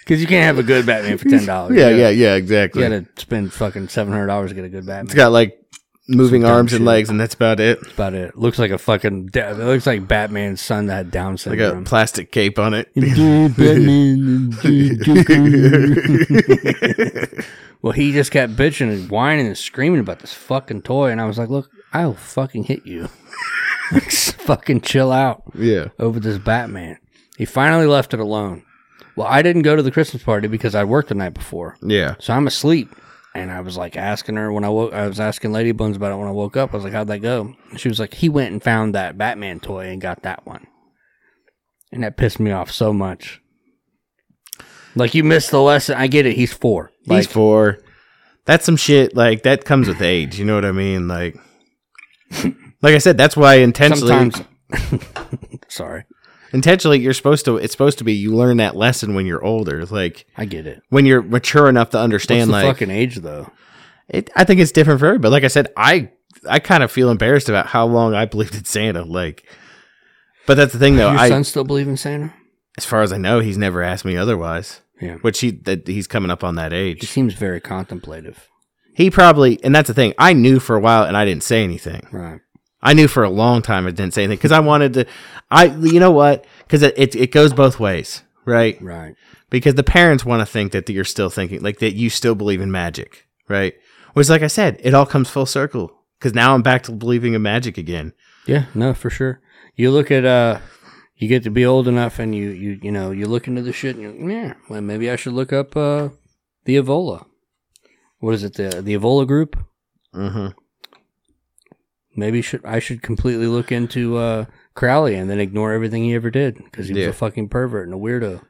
[SPEAKER 2] Because you can't have a good Batman for ten dollars.
[SPEAKER 3] yeah yeah yeah exactly
[SPEAKER 2] You gotta spend fucking seven hundred dollars to get a good Batman.
[SPEAKER 3] it's got like moving
[SPEAKER 2] Some dumb
[SPEAKER 3] arms and
[SPEAKER 2] shit.
[SPEAKER 3] legs and that's about it
[SPEAKER 2] That's about it. Looks like a fucking. Da- it looks like Batman's son that had Down
[SPEAKER 3] like a
[SPEAKER 2] syndrome.
[SPEAKER 3] plastic cape on it
[SPEAKER 2] Well, he just kept bitching and whining and screaming about this fucking toy, and I was like, "Look, I'll fucking hit you. Like, s- fucking chill out
[SPEAKER 3] yeah
[SPEAKER 2] over this Batman." He finally left it alone. Well, I didn't go to the Christmas party because I worked the night before,
[SPEAKER 3] yeah
[SPEAKER 2] so I'm asleep. And I was like asking her when I woke. I was asking Lady Buns about it when I woke up. I was like, "How'd that go?" And she was like, "He went and found that Batman toy and got that one." And that pissed me off so much. Like you missed the lesson. I get it. He's four. Like,
[SPEAKER 3] he's four that's some shit like that comes with age you know what i mean like like i said that's why I intentionally
[SPEAKER 2] sometimes sorry
[SPEAKER 3] intentionally you're supposed to it's supposed to be you learn that lesson when you're older like
[SPEAKER 2] i get it
[SPEAKER 3] when you're mature enough to
[SPEAKER 2] what's
[SPEAKER 3] understand
[SPEAKER 2] the
[SPEAKER 3] like
[SPEAKER 2] fucking age though
[SPEAKER 3] it, i think it's different for everybody like i said i i kind of feel embarrassed about how long i believed in santa like but that's the thing though
[SPEAKER 2] your
[SPEAKER 3] i
[SPEAKER 2] son still believe in santa
[SPEAKER 3] as far as i know he's never asked me otherwise
[SPEAKER 2] yeah
[SPEAKER 3] which he that he's coming up on that
[SPEAKER 2] he
[SPEAKER 3] age
[SPEAKER 2] seems very contemplative
[SPEAKER 3] he probably and that's the thing i knew for a while and i didn't say anything
[SPEAKER 2] right
[SPEAKER 3] I knew for a long time I didn't say anything because I wanted to. I you know what? Because it, it it goes both ways, right?
[SPEAKER 2] right
[SPEAKER 3] Because the parents want to think that you're still thinking like that you still believe in magic, right? Which, like I said, it all comes full circle. Because now I'm back to believing in magic again.
[SPEAKER 2] yeah no for sure you look at uh you get to be old enough and you you you know you look into the shit and you're like, yeah well maybe i should look up uh the evola what is it the the evola group
[SPEAKER 3] Mm-hmm.
[SPEAKER 2] maybe should i should completely look into uh crowley and then ignore everything he ever did because he was
[SPEAKER 3] Yeah.
[SPEAKER 2] a fucking pervert and a weirdo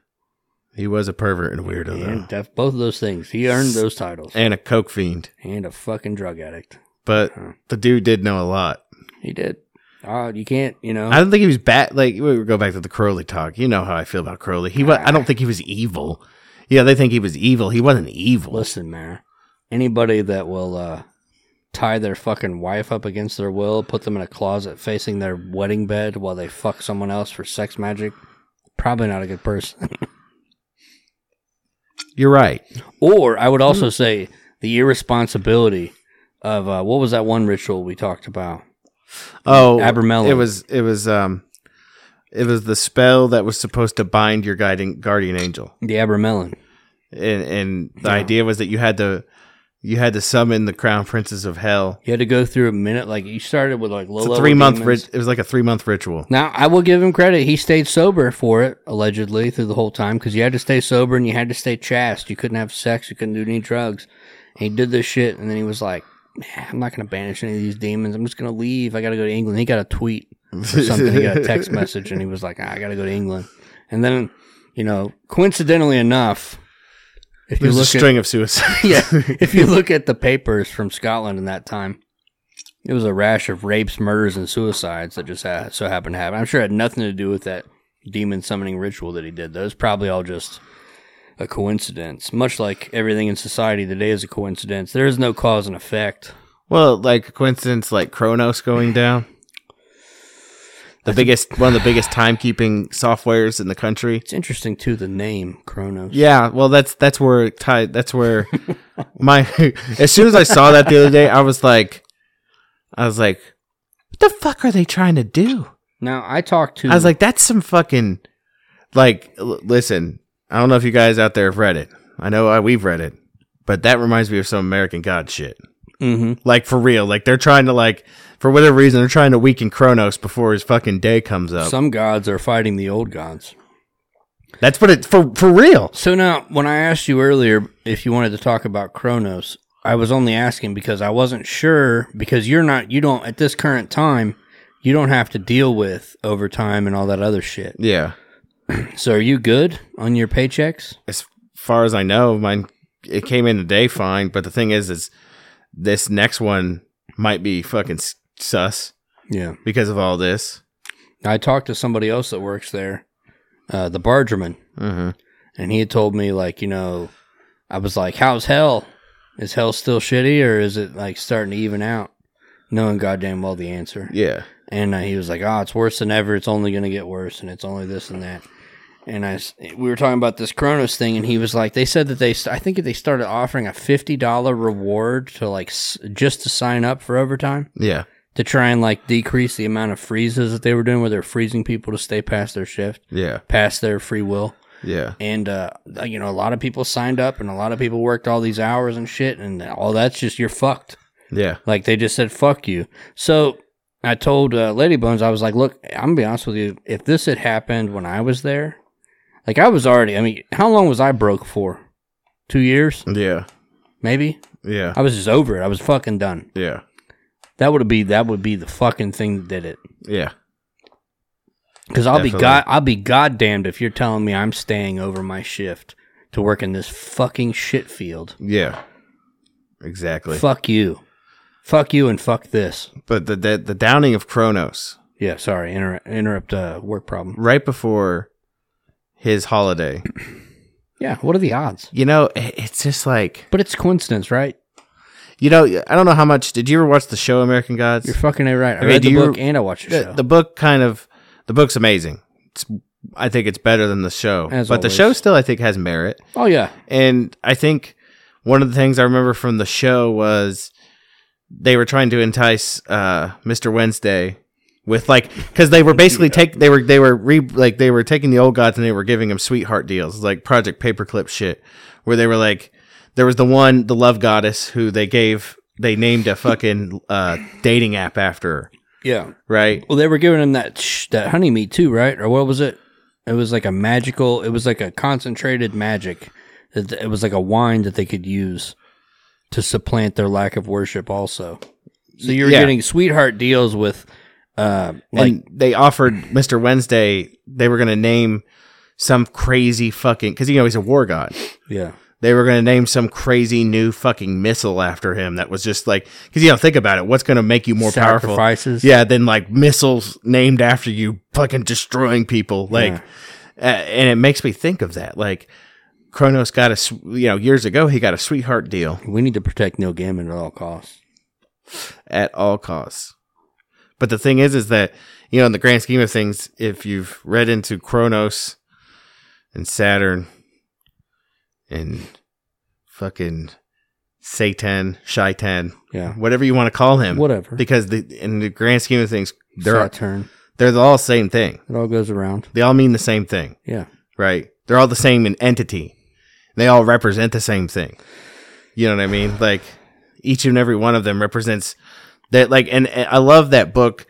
[SPEAKER 3] He was a pervert and a weirdo,
[SPEAKER 2] And
[SPEAKER 3] though,
[SPEAKER 2] def- both of those things. He earned those titles.
[SPEAKER 3] and a coke fiend.
[SPEAKER 2] And a fucking drug addict.
[SPEAKER 3] But
[SPEAKER 2] Huh.
[SPEAKER 3] the dude did know a lot.
[SPEAKER 2] He did. Uh, you can't, you know.
[SPEAKER 3] I don't think he was bad. Like we go back to the Crowley talk. You know how I feel about Crowley. He was. I don't think he was evil. Yeah, they think he was evil. He wasn't evil.
[SPEAKER 2] listen, man. Anybody that will uh, tie their fucking wife up against their will, put them in a closet facing their wedding bed while they fuck someone else for sex magic, probably not a good person.
[SPEAKER 3] You're right.
[SPEAKER 2] or I would
[SPEAKER 3] Mm.
[SPEAKER 2] also say the irresponsibility of uh, what was that one ritual we talked about?
[SPEAKER 3] Oh,
[SPEAKER 2] Abramelin.
[SPEAKER 3] It was it was um, it was the spell that was supposed to bind your guiding guardian angel.
[SPEAKER 2] The Abermelin.
[SPEAKER 3] and and the idea was that you had to you had to summon the crown princes of hell.
[SPEAKER 2] You had to go through a minute. Like you started with like low
[SPEAKER 3] It's a
[SPEAKER 2] level
[SPEAKER 3] three month
[SPEAKER 2] demons.
[SPEAKER 3] rit- it was like a three month ritual.
[SPEAKER 2] Now I will give him credit. He stayed sober for it allegedly through the whole time because you had to stay sober and you had to stay chaste. You couldn't have sex. You couldn't do any drugs. And he did this shit, and then he was like, "Nah, "I'm not gonna banish any of these demons. I'm just gonna leave. I gotta go to England." He got a tweet or something. he got a text message, and he was like, "Ah, "I gotta go to England." And then, you know, coincidentally enough, if you
[SPEAKER 3] There's a
[SPEAKER 2] look at
[SPEAKER 3] string of suicides.
[SPEAKER 2] yeah. If you look at the papers from Scotland in that time, it was a rash of rapes, murders, and suicides that just ha- so happened to happen. I'm sure it had nothing to do with that demon summoning ritual that he did. That was probably all just a coincidence. Much like everything in society today is a coincidence. There is no cause and effect.
[SPEAKER 3] Well, like coincidence, like Kronos going down. The biggest, one of the biggest timekeeping softwares in the country.
[SPEAKER 2] It's interesting too the name Kronos.
[SPEAKER 3] Yeah, well, that's that's where it tied. That's where my. as soon as I saw that the other day, I was like, I was like, what the fuck are they trying to do?
[SPEAKER 2] Now I talked to
[SPEAKER 3] I was like, that's some fucking. Like, l- listen, I don't know if you guys out there have read it. I know uh, we've read it, but that reminds me of some American God shit.
[SPEAKER 2] hmm
[SPEAKER 3] Like for real. Like they're trying to like for whatever reason they're trying to weaken Kronos before his fucking day comes up.
[SPEAKER 2] some gods are fighting the old gods.
[SPEAKER 3] That's what it for for real.
[SPEAKER 2] So now, when I asked you earlier if you wanted to talk about Kronos, I was only asking because I wasn't sure because you're not, you don't, at this current time, you don't have to deal with overtime and all that other shit.
[SPEAKER 3] Yeah.
[SPEAKER 2] So are you good on your paychecks?
[SPEAKER 3] As far as I know, mine it came in today fine, but the thing is is this next one might be fucking s- sus
[SPEAKER 2] Yeah.
[SPEAKER 3] because of all this.
[SPEAKER 2] I talked to somebody else that works there, uh, the bargerman,
[SPEAKER 3] Mhm.
[SPEAKER 2] and he had told me, like, you know, I was like, how's hell? Is hell still shitty or is it like starting to even out? Knowing goddamn well the answer.
[SPEAKER 3] Yeah.
[SPEAKER 2] And uh, he was like, "Oh, it's worse than ever. It's only going to get worse, and it's only this and that." And I, s- we were talking about this Kronos thing, and he was like, "They said that they, st- I think they started offering a fifty dollar reward to like s- just to sign up for overtime
[SPEAKER 3] Yeah.
[SPEAKER 2] to try and like decrease the amount of freezes that they were doing, where they're freezing people to stay past their shift,
[SPEAKER 3] Yeah.
[SPEAKER 2] past their free will."
[SPEAKER 3] Yeah.
[SPEAKER 2] And uh, you know, a lot of people signed up, and a lot of people worked all these hours and shit, and all that's just you're fucked.
[SPEAKER 3] Yeah.
[SPEAKER 2] Like they just said, "Fuck you." So I told uh, Lady Bones, I was like, "Look, I'm gonna be honest with you. If this had happened when I was there, like I was already. I mean, how long was I broke for? Two years,
[SPEAKER 3] Yeah.
[SPEAKER 2] maybe.
[SPEAKER 3] Yeah.
[SPEAKER 2] I was just over it. I was fucking done.
[SPEAKER 3] Yeah.
[SPEAKER 2] That would be that would be the fucking thing that did it.
[SPEAKER 3] Yeah.
[SPEAKER 2] Because I'll be
[SPEAKER 3] Definitely.
[SPEAKER 2] god, I'll be goddamned if you're telling me I'm staying over my shift to work in this fucking shit field.
[SPEAKER 3] Yeah. Exactly.
[SPEAKER 2] Fuck you, fuck you, and fuck this.
[SPEAKER 3] But the, the the downing of Kronos
[SPEAKER 2] Yeah, sorry, inter- interrupt. Uh, work problem.
[SPEAKER 3] right before his holiday.
[SPEAKER 2] Yeah, what are the odds?
[SPEAKER 3] You know, i- it's just like
[SPEAKER 2] But it's coincidence, right?
[SPEAKER 3] you know. I don't know how much. Did you ever watch the show American Gods?
[SPEAKER 2] You're fucking right. I
[SPEAKER 3] mean,
[SPEAKER 2] read
[SPEAKER 3] do
[SPEAKER 2] the
[SPEAKER 3] you-
[SPEAKER 2] book and I watched the
[SPEAKER 3] the,
[SPEAKER 2] show.
[SPEAKER 3] the book kind of the book's amazing. It's I think it's better than the show,
[SPEAKER 2] As
[SPEAKER 3] but the
[SPEAKER 2] always.
[SPEAKER 3] show still I think has merit.
[SPEAKER 2] oh yeah,
[SPEAKER 3] And I think one of the things I remember from the show was they were trying to entice uh, Mr. Wednesday with like because they were basically take they were they were re like they were taking the old gods and they were giving them sweetheart deals like Project Paperclip shit where they were like there was the one the love goddess who they gave they named a fucking uh, dating app after her,
[SPEAKER 2] yeah.
[SPEAKER 3] right
[SPEAKER 2] Well, they were giving him that sh- that honey meat too, right? Or what was it? It was like a magical. It was like a concentrated magic. It, it was like a wine that they could use to supplant their lack of worship. Also, so you're
[SPEAKER 3] Yeah.
[SPEAKER 2] getting sweetheart deals with, uh, like
[SPEAKER 3] and they offered Mr. Wednesday they were gonna name some crazy fucking because you know he's a war god
[SPEAKER 2] yeah,
[SPEAKER 3] they were going to name some crazy new fucking missile after him that was just like because you know think about it what's going to make you more powerful
[SPEAKER 2] sacrifices.
[SPEAKER 3] yeah than like missiles named after you fucking destroying people like
[SPEAKER 2] Yeah.
[SPEAKER 3] uh, and it makes me think of that like Kronos got a s- you know years ago he got a sweetheart deal
[SPEAKER 2] we need to protect Neil Gaiman at all costs.
[SPEAKER 3] at all costs but the thing is is that you know in the grand scheme of things if you've read into Kronos and Saturn and fucking Satan Shaitan
[SPEAKER 2] Yeah,
[SPEAKER 3] whatever you want to call him,
[SPEAKER 2] whatever.
[SPEAKER 3] because the, in the grand scheme of things, they're
[SPEAKER 2] Saturn.
[SPEAKER 3] they're all the same thing.
[SPEAKER 2] It all goes around.
[SPEAKER 3] They all mean the same thing,
[SPEAKER 2] Yeah,
[SPEAKER 3] right? They're all the same in entity. They all represent the same thing. You know what I mean? Like each and every one of them represents that. Like, and, and I love that book,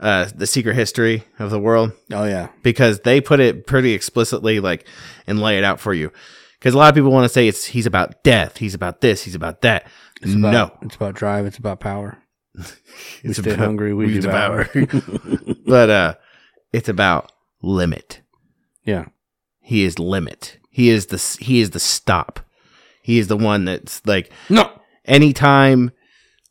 [SPEAKER 3] uh, "The Secret History of the World."
[SPEAKER 2] Oh yeah.
[SPEAKER 3] because they put it pretty explicitly like and lay it out for you because a lot of people want to say it's he's about death he's about this he's about that
[SPEAKER 2] It's
[SPEAKER 3] no
[SPEAKER 2] about, It's about drive. It's about power. we
[SPEAKER 3] It's
[SPEAKER 2] stay
[SPEAKER 3] about-
[SPEAKER 2] hungry. We,
[SPEAKER 3] we
[SPEAKER 2] devour.
[SPEAKER 3] but uh it's about limit
[SPEAKER 2] yeah.
[SPEAKER 3] he is limit he is the s- he is the stop he is the one that's like
[SPEAKER 2] No.
[SPEAKER 3] anytime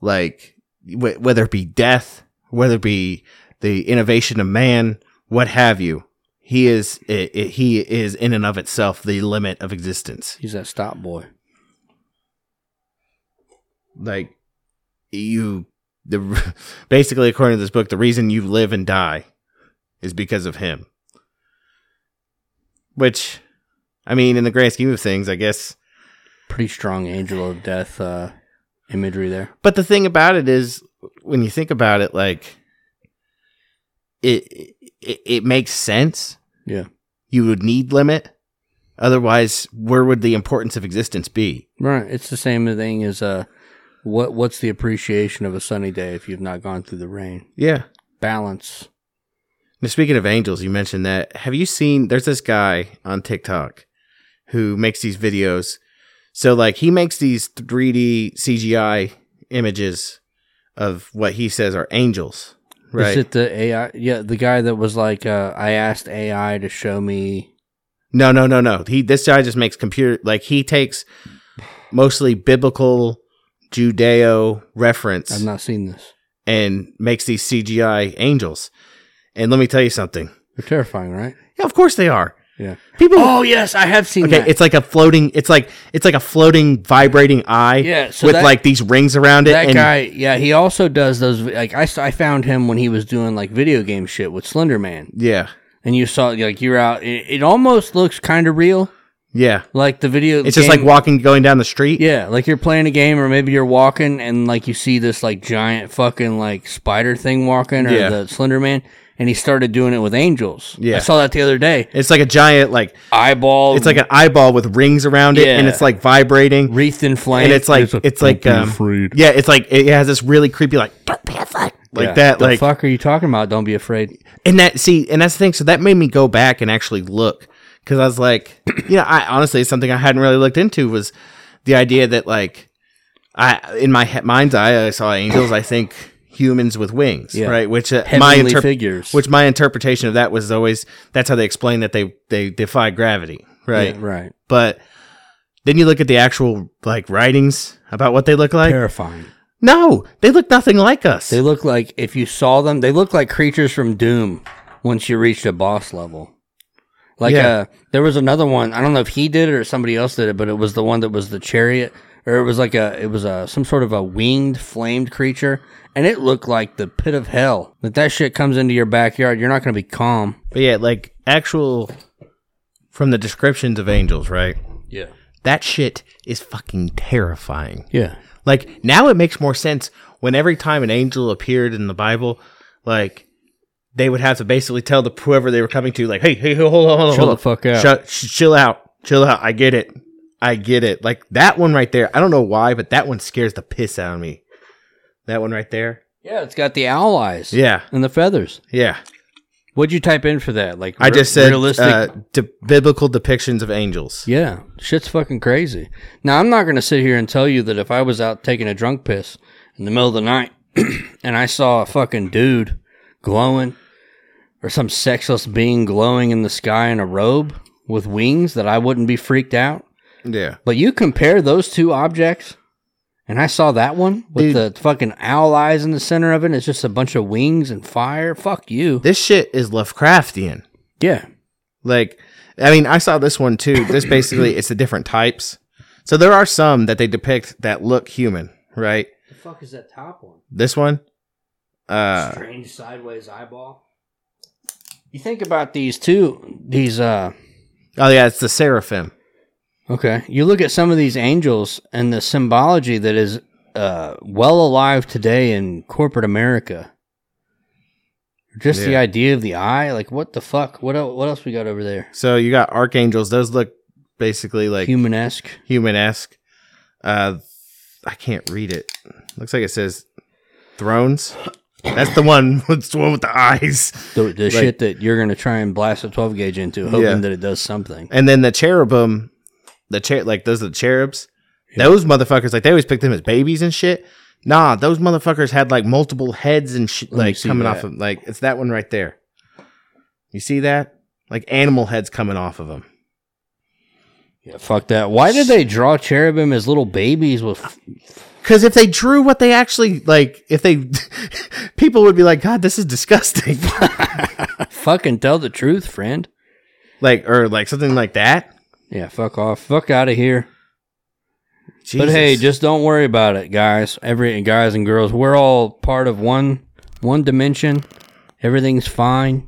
[SPEAKER 3] like w- whether it be death whether it be the innovation of man what have you he is i i he is in and of itself the limit of existence
[SPEAKER 2] He's that stop boy.
[SPEAKER 3] like you the basically according to this book the reason you live and die is because of him which i mean in the grand scheme of things i guess
[SPEAKER 2] Pretty strong angel of death uh, imagery there.
[SPEAKER 3] but the thing about it is when you think about it like it it, it makes sense
[SPEAKER 2] Yeah.
[SPEAKER 3] you would need limit otherwise where would the importance of existence be
[SPEAKER 2] Right. It's the same thing as uh, what what's the appreciation of a sunny day if you've not gone through the rain?
[SPEAKER 3] yeah
[SPEAKER 2] Balance.
[SPEAKER 3] Now, speaking of angels, you mentioned that. Have you seen? There's this guy on TikTok who makes these videos. So, like, he makes these 3D CGI images of what he says are angels,
[SPEAKER 2] Is
[SPEAKER 3] right?
[SPEAKER 2] it the AI? Yeah, the guy that was like, uh, I asked AI to show me.
[SPEAKER 3] no, no, no, no. He this guy just makes computer like he takes mostly biblical Judeo reference
[SPEAKER 2] I've not seen this.
[SPEAKER 3] and makes these CGI angels. And let me tell you something.
[SPEAKER 2] They're terrifying, right?
[SPEAKER 3] Yeah, of course they are.
[SPEAKER 2] Yeah.
[SPEAKER 3] People
[SPEAKER 2] Oh yes, I have seen
[SPEAKER 3] Okay,
[SPEAKER 2] that.
[SPEAKER 3] it's like a floating. It's like it's like a floating, vibrating eye.
[SPEAKER 2] Yeah, so
[SPEAKER 3] with
[SPEAKER 2] that-
[SPEAKER 3] like these rings around it.
[SPEAKER 2] that
[SPEAKER 3] and
[SPEAKER 2] guy, yeah, he also does those. Like I, s- I found him when he was doing like video game shit with Slender Man,
[SPEAKER 3] Yeah,
[SPEAKER 2] and you saw like you're out. It, it almost looks kind of real,
[SPEAKER 3] yeah.
[SPEAKER 2] like the video.
[SPEAKER 3] It's just like
[SPEAKER 2] game-
[SPEAKER 3] walking, going down the street.
[SPEAKER 2] Yeah, like you're playing a game, or maybe you're walking, and like you see this like giant fucking like spider thing walking, or
[SPEAKER 3] Yeah.
[SPEAKER 2] the Slender Man, and he started doing it with angels.
[SPEAKER 3] Yeah.
[SPEAKER 2] I saw that the other day.
[SPEAKER 3] It's like a giant, like
[SPEAKER 2] Eyeball.
[SPEAKER 3] it's like an eyeball with rings around it, and
[SPEAKER 2] Yeah.
[SPEAKER 3] it's like vibrating,
[SPEAKER 2] wreathed in flame.
[SPEAKER 3] and it's like it's, like um, yeah, it's like it has this really creepy like don't be afraid like
[SPEAKER 2] Yeah.
[SPEAKER 3] that
[SPEAKER 2] The
[SPEAKER 3] like
[SPEAKER 2] fuck are you talking about? Don't be afraid.
[SPEAKER 3] and that see and that's the thing. So that made me go back and actually look because I was like, you know, I honestly it's something I hadn't really looked into was the idea that like I in my he- mind's eye I saw angels. I think humans with wings,
[SPEAKER 2] Yeah.
[SPEAKER 3] right? Which uh, my
[SPEAKER 2] Heavenly
[SPEAKER 3] interp-
[SPEAKER 2] figures.
[SPEAKER 3] which my interpretation of that was always that's how they explain that they they defy gravity, right?
[SPEAKER 2] Yeah, right.
[SPEAKER 3] But then you look at the actual like writings about what they look like.
[SPEAKER 2] Terrifying.
[SPEAKER 3] no, they look nothing like us.
[SPEAKER 2] They look like if you saw them, they look like creatures from Doom once you reached a boss level. Like
[SPEAKER 3] Yeah.
[SPEAKER 2] uh there was another one, I don't know if he did it or somebody else did it, but it was the one that was the chariot or it was like a it was a some sort of a winged flamed creature and it looked like the pit of hell. That that shit comes into your backyard, you're not going to be calm.
[SPEAKER 3] but yeah, like actual from the descriptions of angels, right?
[SPEAKER 2] Yeah.
[SPEAKER 3] That shit is fucking terrifying.
[SPEAKER 2] Yeah.
[SPEAKER 3] Like now it makes more sense when every time an angel appeared in the Bible, like they would have to basically tell the whoever they were coming to, like, hey, hey, hold on, hold on,
[SPEAKER 2] Chill
[SPEAKER 3] hold on.
[SPEAKER 2] the fuck out.
[SPEAKER 3] Shut- sh- chill out, chill out. I get it, I get it. Like that one right there. I don't know why, but that one scares the piss out of me. That one right there.
[SPEAKER 2] Yeah, it's got the owl eyes.
[SPEAKER 3] Yeah,
[SPEAKER 2] And the feathers.
[SPEAKER 3] yeah.
[SPEAKER 2] What'd you type in for that? Like
[SPEAKER 3] I
[SPEAKER 2] re-
[SPEAKER 3] just said
[SPEAKER 2] realistic
[SPEAKER 3] uh, de- biblical depictions of angels.
[SPEAKER 2] Yeah, shit's fucking crazy. Now I'm not gonna sit here and tell you that if I was out taking a drunk piss in the middle of the night and I saw a fucking dude glowing or some sexless being glowing in the sky in a robe with wings that I wouldn't be freaked out.
[SPEAKER 3] Yeah,
[SPEAKER 2] But you compare those two objects and I saw that one with the fucking owl eyes in the center of it. and It's just a bunch of wings and fire. Fuck you.
[SPEAKER 3] this shit is Lovecraftian.
[SPEAKER 2] Yeah.
[SPEAKER 3] Like, I mean, I saw this one too. This basically, it's the different types. So there are some that they depict that look human, right?
[SPEAKER 2] The fuck is that top one?
[SPEAKER 3] This one, uh,
[SPEAKER 2] strange sideways eyeball. You think about these two, these uh
[SPEAKER 3] oh yeah, it's the seraphim.
[SPEAKER 2] okay, you look at some of these angels and the symbology that is uh well alive today in corporate America. Just the
[SPEAKER 3] Yeah.
[SPEAKER 2] idea of the eye, like what the fuck? What el- what else we got over there?
[SPEAKER 3] So you got archangels. Those look basically like
[SPEAKER 2] Human esque.
[SPEAKER 3] human esque. Uh, I can't read it. Looks like it says thrones. That's the one. That's the one with the eyes.
[SPEAKER 2] The, the shit that you're going to try and blast a 12 gauge into, hoping
[SPEAKER 3] Yeah.
[SPEAKER 2] that it does something.
[SPEAKER 3] And then the cherubim, the chair like those are the cherubs. Those motherfuckers, like they always pick them as babies and shit. Nah, those motherfuckers had like multiple heads and shit,
[SPEAKER 2] Let me
[SPEAKER 3] like
[SPEAKER 2] see
[SPEAKER 3] coming off
[SPEAKER 2] that.
[SPEAKER 3] of like it's that one right there. You see that? Like animal heads coming off of them.
[SPEAKER 2] Yeah, fuck that. Why did they draw cherubim as little babies with.
[SPEAKER 3] Because if they drew what they actually like, if they people would be like, God, this is disgusting.
[SPEAKER 2] Fucking tell the truth, friend.
[SPEAKER 3] like or like something like that.
[SPEAKER 2] Yeah, fuck off. Fuck out of here.
[SPEAKER 3] Jesus.
[SPEAKER 2] But hey, just don't worry about it, guys. Every guys and girls, we're all part of one one dimension. Everything's fine.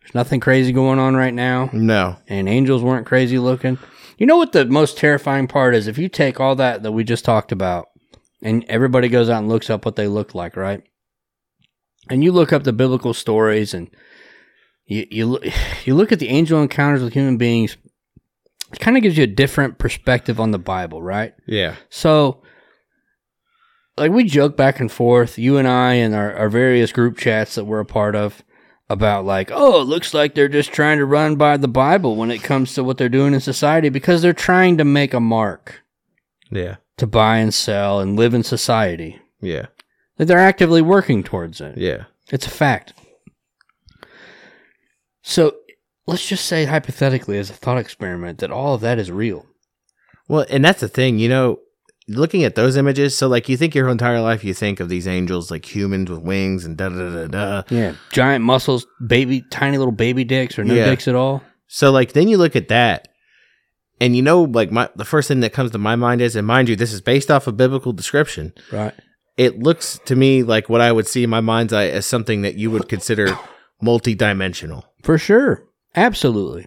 [SPEAKER 2] There's nothing crazy going on right now.
[SPEAKER 3] no,
[SPEAKER 2] And angels weren't crazy looking. You know what the most terrifying part is? If you take all that that we just talked about and everybody goes out and looks up what they look like, right? And you look up the biblical stories and you you look, you look at the angel encounters with human beings. It kind of gives you a different perspective on the Bible, right?
[SPEAKER 3] yeah,
[SPEAKER 2] So, like, we joke back and forth, you and I, and our, our various group chats that we're a part of, about like, oh, it looks like they're just trying to run by the Bible when it comes to what they're doing in society because they're trying to make a mark
[SPEAKER 3] yeah,
[SPEAKER 2] to buy and sell and live in society.
[SPEAKER 3] yeah,
[SPEAKER 2] That they're actively working towards it.
[SPEAKER 3] yeah,
[SPEAKER 2] It's a fact. So, let's just say, hypothetically, as a thought experiment, that all of that is real.
[SPEAKER 3] Well, and that's the thing, you know, looking at those images, so like you think your entire life you think of these angels like humans with wings and da da da da da.
[SPEAKER 2] Yeah, giant muscles, baby, tiny little baby dicks, or no
[SPEAKER 3] Yeah.
[SPEAKER 2] dicks at all.
[SPEAKER 3] So like then you look at that and you know like my the first thing that comes to my mind is and mind you this is based off a biblical description.
[SPEAKER 2] Right.
[SPEAKER 3] It looks to me like what I would see in my mind's eye as something that you would consider multidimensional.
[SPEAKER 2] For sure. Absolutely.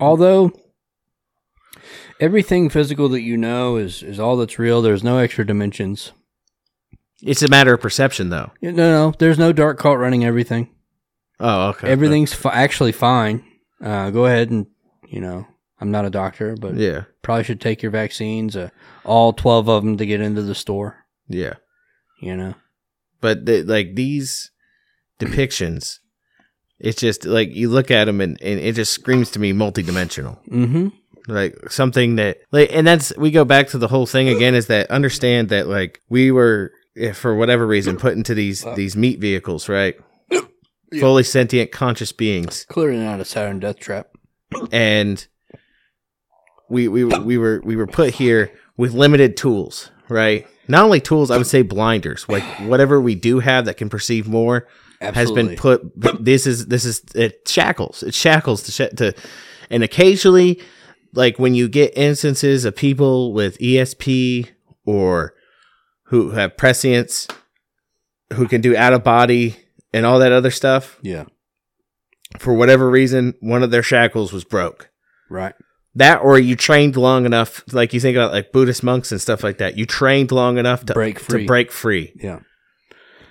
[SPEAKER 2] Although everything physical that you know is, is all that's real, there's no extra dimensions.
[SPEAKER 3] It's a matter of perception though.
[SPEAKER 2] No, no, there's no dark cult running everything.
[SPEAKER 3] Oh, okay.
[SPEAKER 2] Everything's fi- actually fine. Uh, go ahead and, you know, I'm not a doctor, but
[SPEAKER 3] Yeah.
[SPEAKER 2] probably should take your vaccines, uh, all 12 of them to get into the store,
[SPEAKER 3] Yeah.
[SPEAKER 2] you know.
[SPEAKER 3] but the, like these depictions it's just like you look at them and, and it just screams to me multidimensional
[SPEAKER 2] Mm-hmm.
[SPEAKER 3] like something that like and that's we go back to the whole thing again is that understand that like we were if for whatever reason put into these these meat vehicles right fully sentient conscious beings
[SPEAKER 2] Clearly not a Saturn death trap.
[SPEAKER 3] and we we were- we were we were put here with limited tools, right? Not only tools, I would say blinders. Like whatever we do have that can perceive more
[SPEAKER 2] Absolutely.
[SPEAKER 3] has been put. This is this is it shackles. It shackles to sh- to, and occasionally, like when you get instances of people with ESP or who have prescience, who can do out of body and all that other stuff.
[SPEAKER 2] Yeah.
[SPEAKER 3] For whatever reason, one of their shackles was broke
[SPEAKER 2] Right.
[SPEAKER 3] that or you trained long enough like you think about like buddhist monks and stuff like that you trained long enough to
[SPEAKER 2] Break free.
[SPEAKER 3] to break free
[SPEAKER 2] Yeah.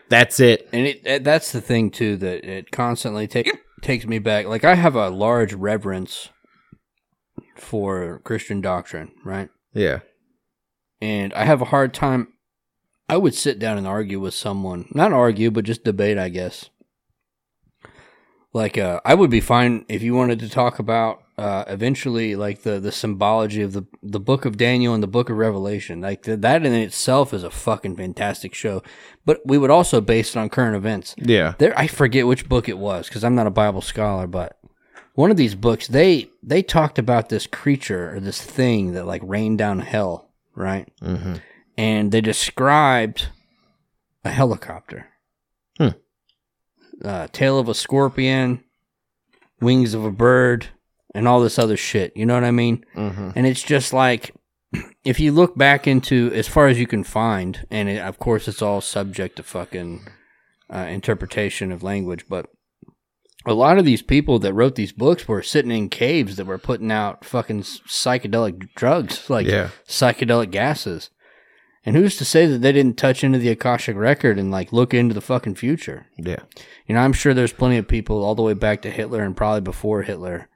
[SPEAKER 3] that's it
[SPEAKER 2] and it, it that's the thing too that it constantly takes takes me back like i have a large reverence for christian doctrine right
[SPEAKER 3] yeah
[SPEAKER 2] and i have a hard time i would sit down and argue with someone not argue but just debate i guess like uh, i would be fine if you wanted to talk about uh, eventually like the the symbology of the the book of daniel and the book of revelation like th- that in itself is a fucking fantastic show but we would also base it on current events
[SPEAKER 3] yeah
[SPEAKER 2] there i forget which book it was because i'm not a bible scholar but one of these books they they talked about this creature or this thing that like rained down hell right
[SPEAKER 3] hmm
[SPEAKER 2] and they described a helicopter
[SPEAKER 3] Hmm.
[SPEAKER 2] uh, tail of a scorpion wings of a bird and all this other shit you know what i mean
[SPEAKER 3] hmm
[SPEAKER 2] and it's just like if you look back into as far as you can find and it, of course it's all subject to fucking uh, interpretation of language but a lot of these people that wrote these books were sitting in caves that were putting out fucking s- psychedelic drugs like
[SPEAKER 3] Yeah.
[SPEAKER 2] psychedelic gases and who's to say that they didn't touch into the akashic record and like look into the fucking future
[SPEAKER 3] yeah
[SPEAKER 2] you know, I'm sure there's plenty of people all the way back to Hitler and probably before Hitler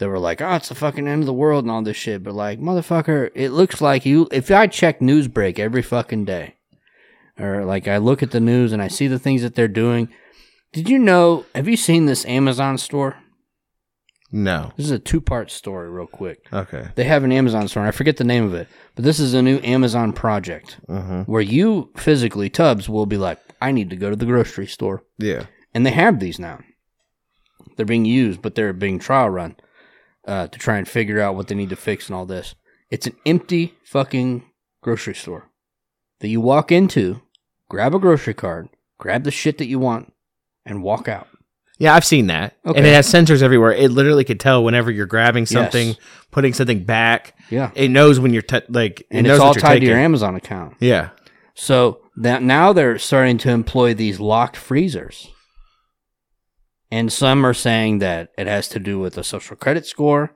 [SPEAKER 2] that were like, "Oh, it's the fucking end of the world" and all this shit. But like, motherfucker, it looks like you. If I check Newsbreak every fucking day, or like I look at the news and I see the things that they're doing. Did you know? Have you seen this Amazon store?
[SPEAKER 3] No.
[SPEAKER 2] This is a two-part story, real quick.
[SPEAKER 3] Okay.
[SPEAKER 2] They have an Amazon store, and I forget the name of it, but this is a new Amazon project
[SPEAKER 3] Mm-hmm.
[SPEAKER 2] where you physically, Tubbs, will be like, I need to go to the grocery store.
[SPEAKER 3] Yeah.
[SPEAKER 2] And they have these now. They're being used, but they're being trial run uh, to try and figure out what they need to fix and all this. It's an empty fucking grocery store that you walk into, grab a grocery card, grab the shit that you want, and walk out.
[SPEAKER 3] Yeah, I've seen that. And
[SPEAKER 2] Okay.
[SPEAKER 3] it has sensors everywhere. It literally could tell whenever you're grabbing something,
[SPEAKER 2] Yes.
[SPEAKER 3] putting something back.
[SPEAKER 2] Yeah.
[SPEAKER 3] It knows when you're t- like, it
[SPEAKER 2] And
[SPEAKER 3] knows
[SPEAKER 2] it's all
[SPEAKER 3] what you're
[SPEAKER 2] tied
[SPEAKER 3] taking.
[SPEAKER 2] to your Amazon account.
[SPEAKER 3] Yeah.
[SPEAKER 2] So that now they're starting to employ these locked freezers. And some are saying that it has to do with a social credit score,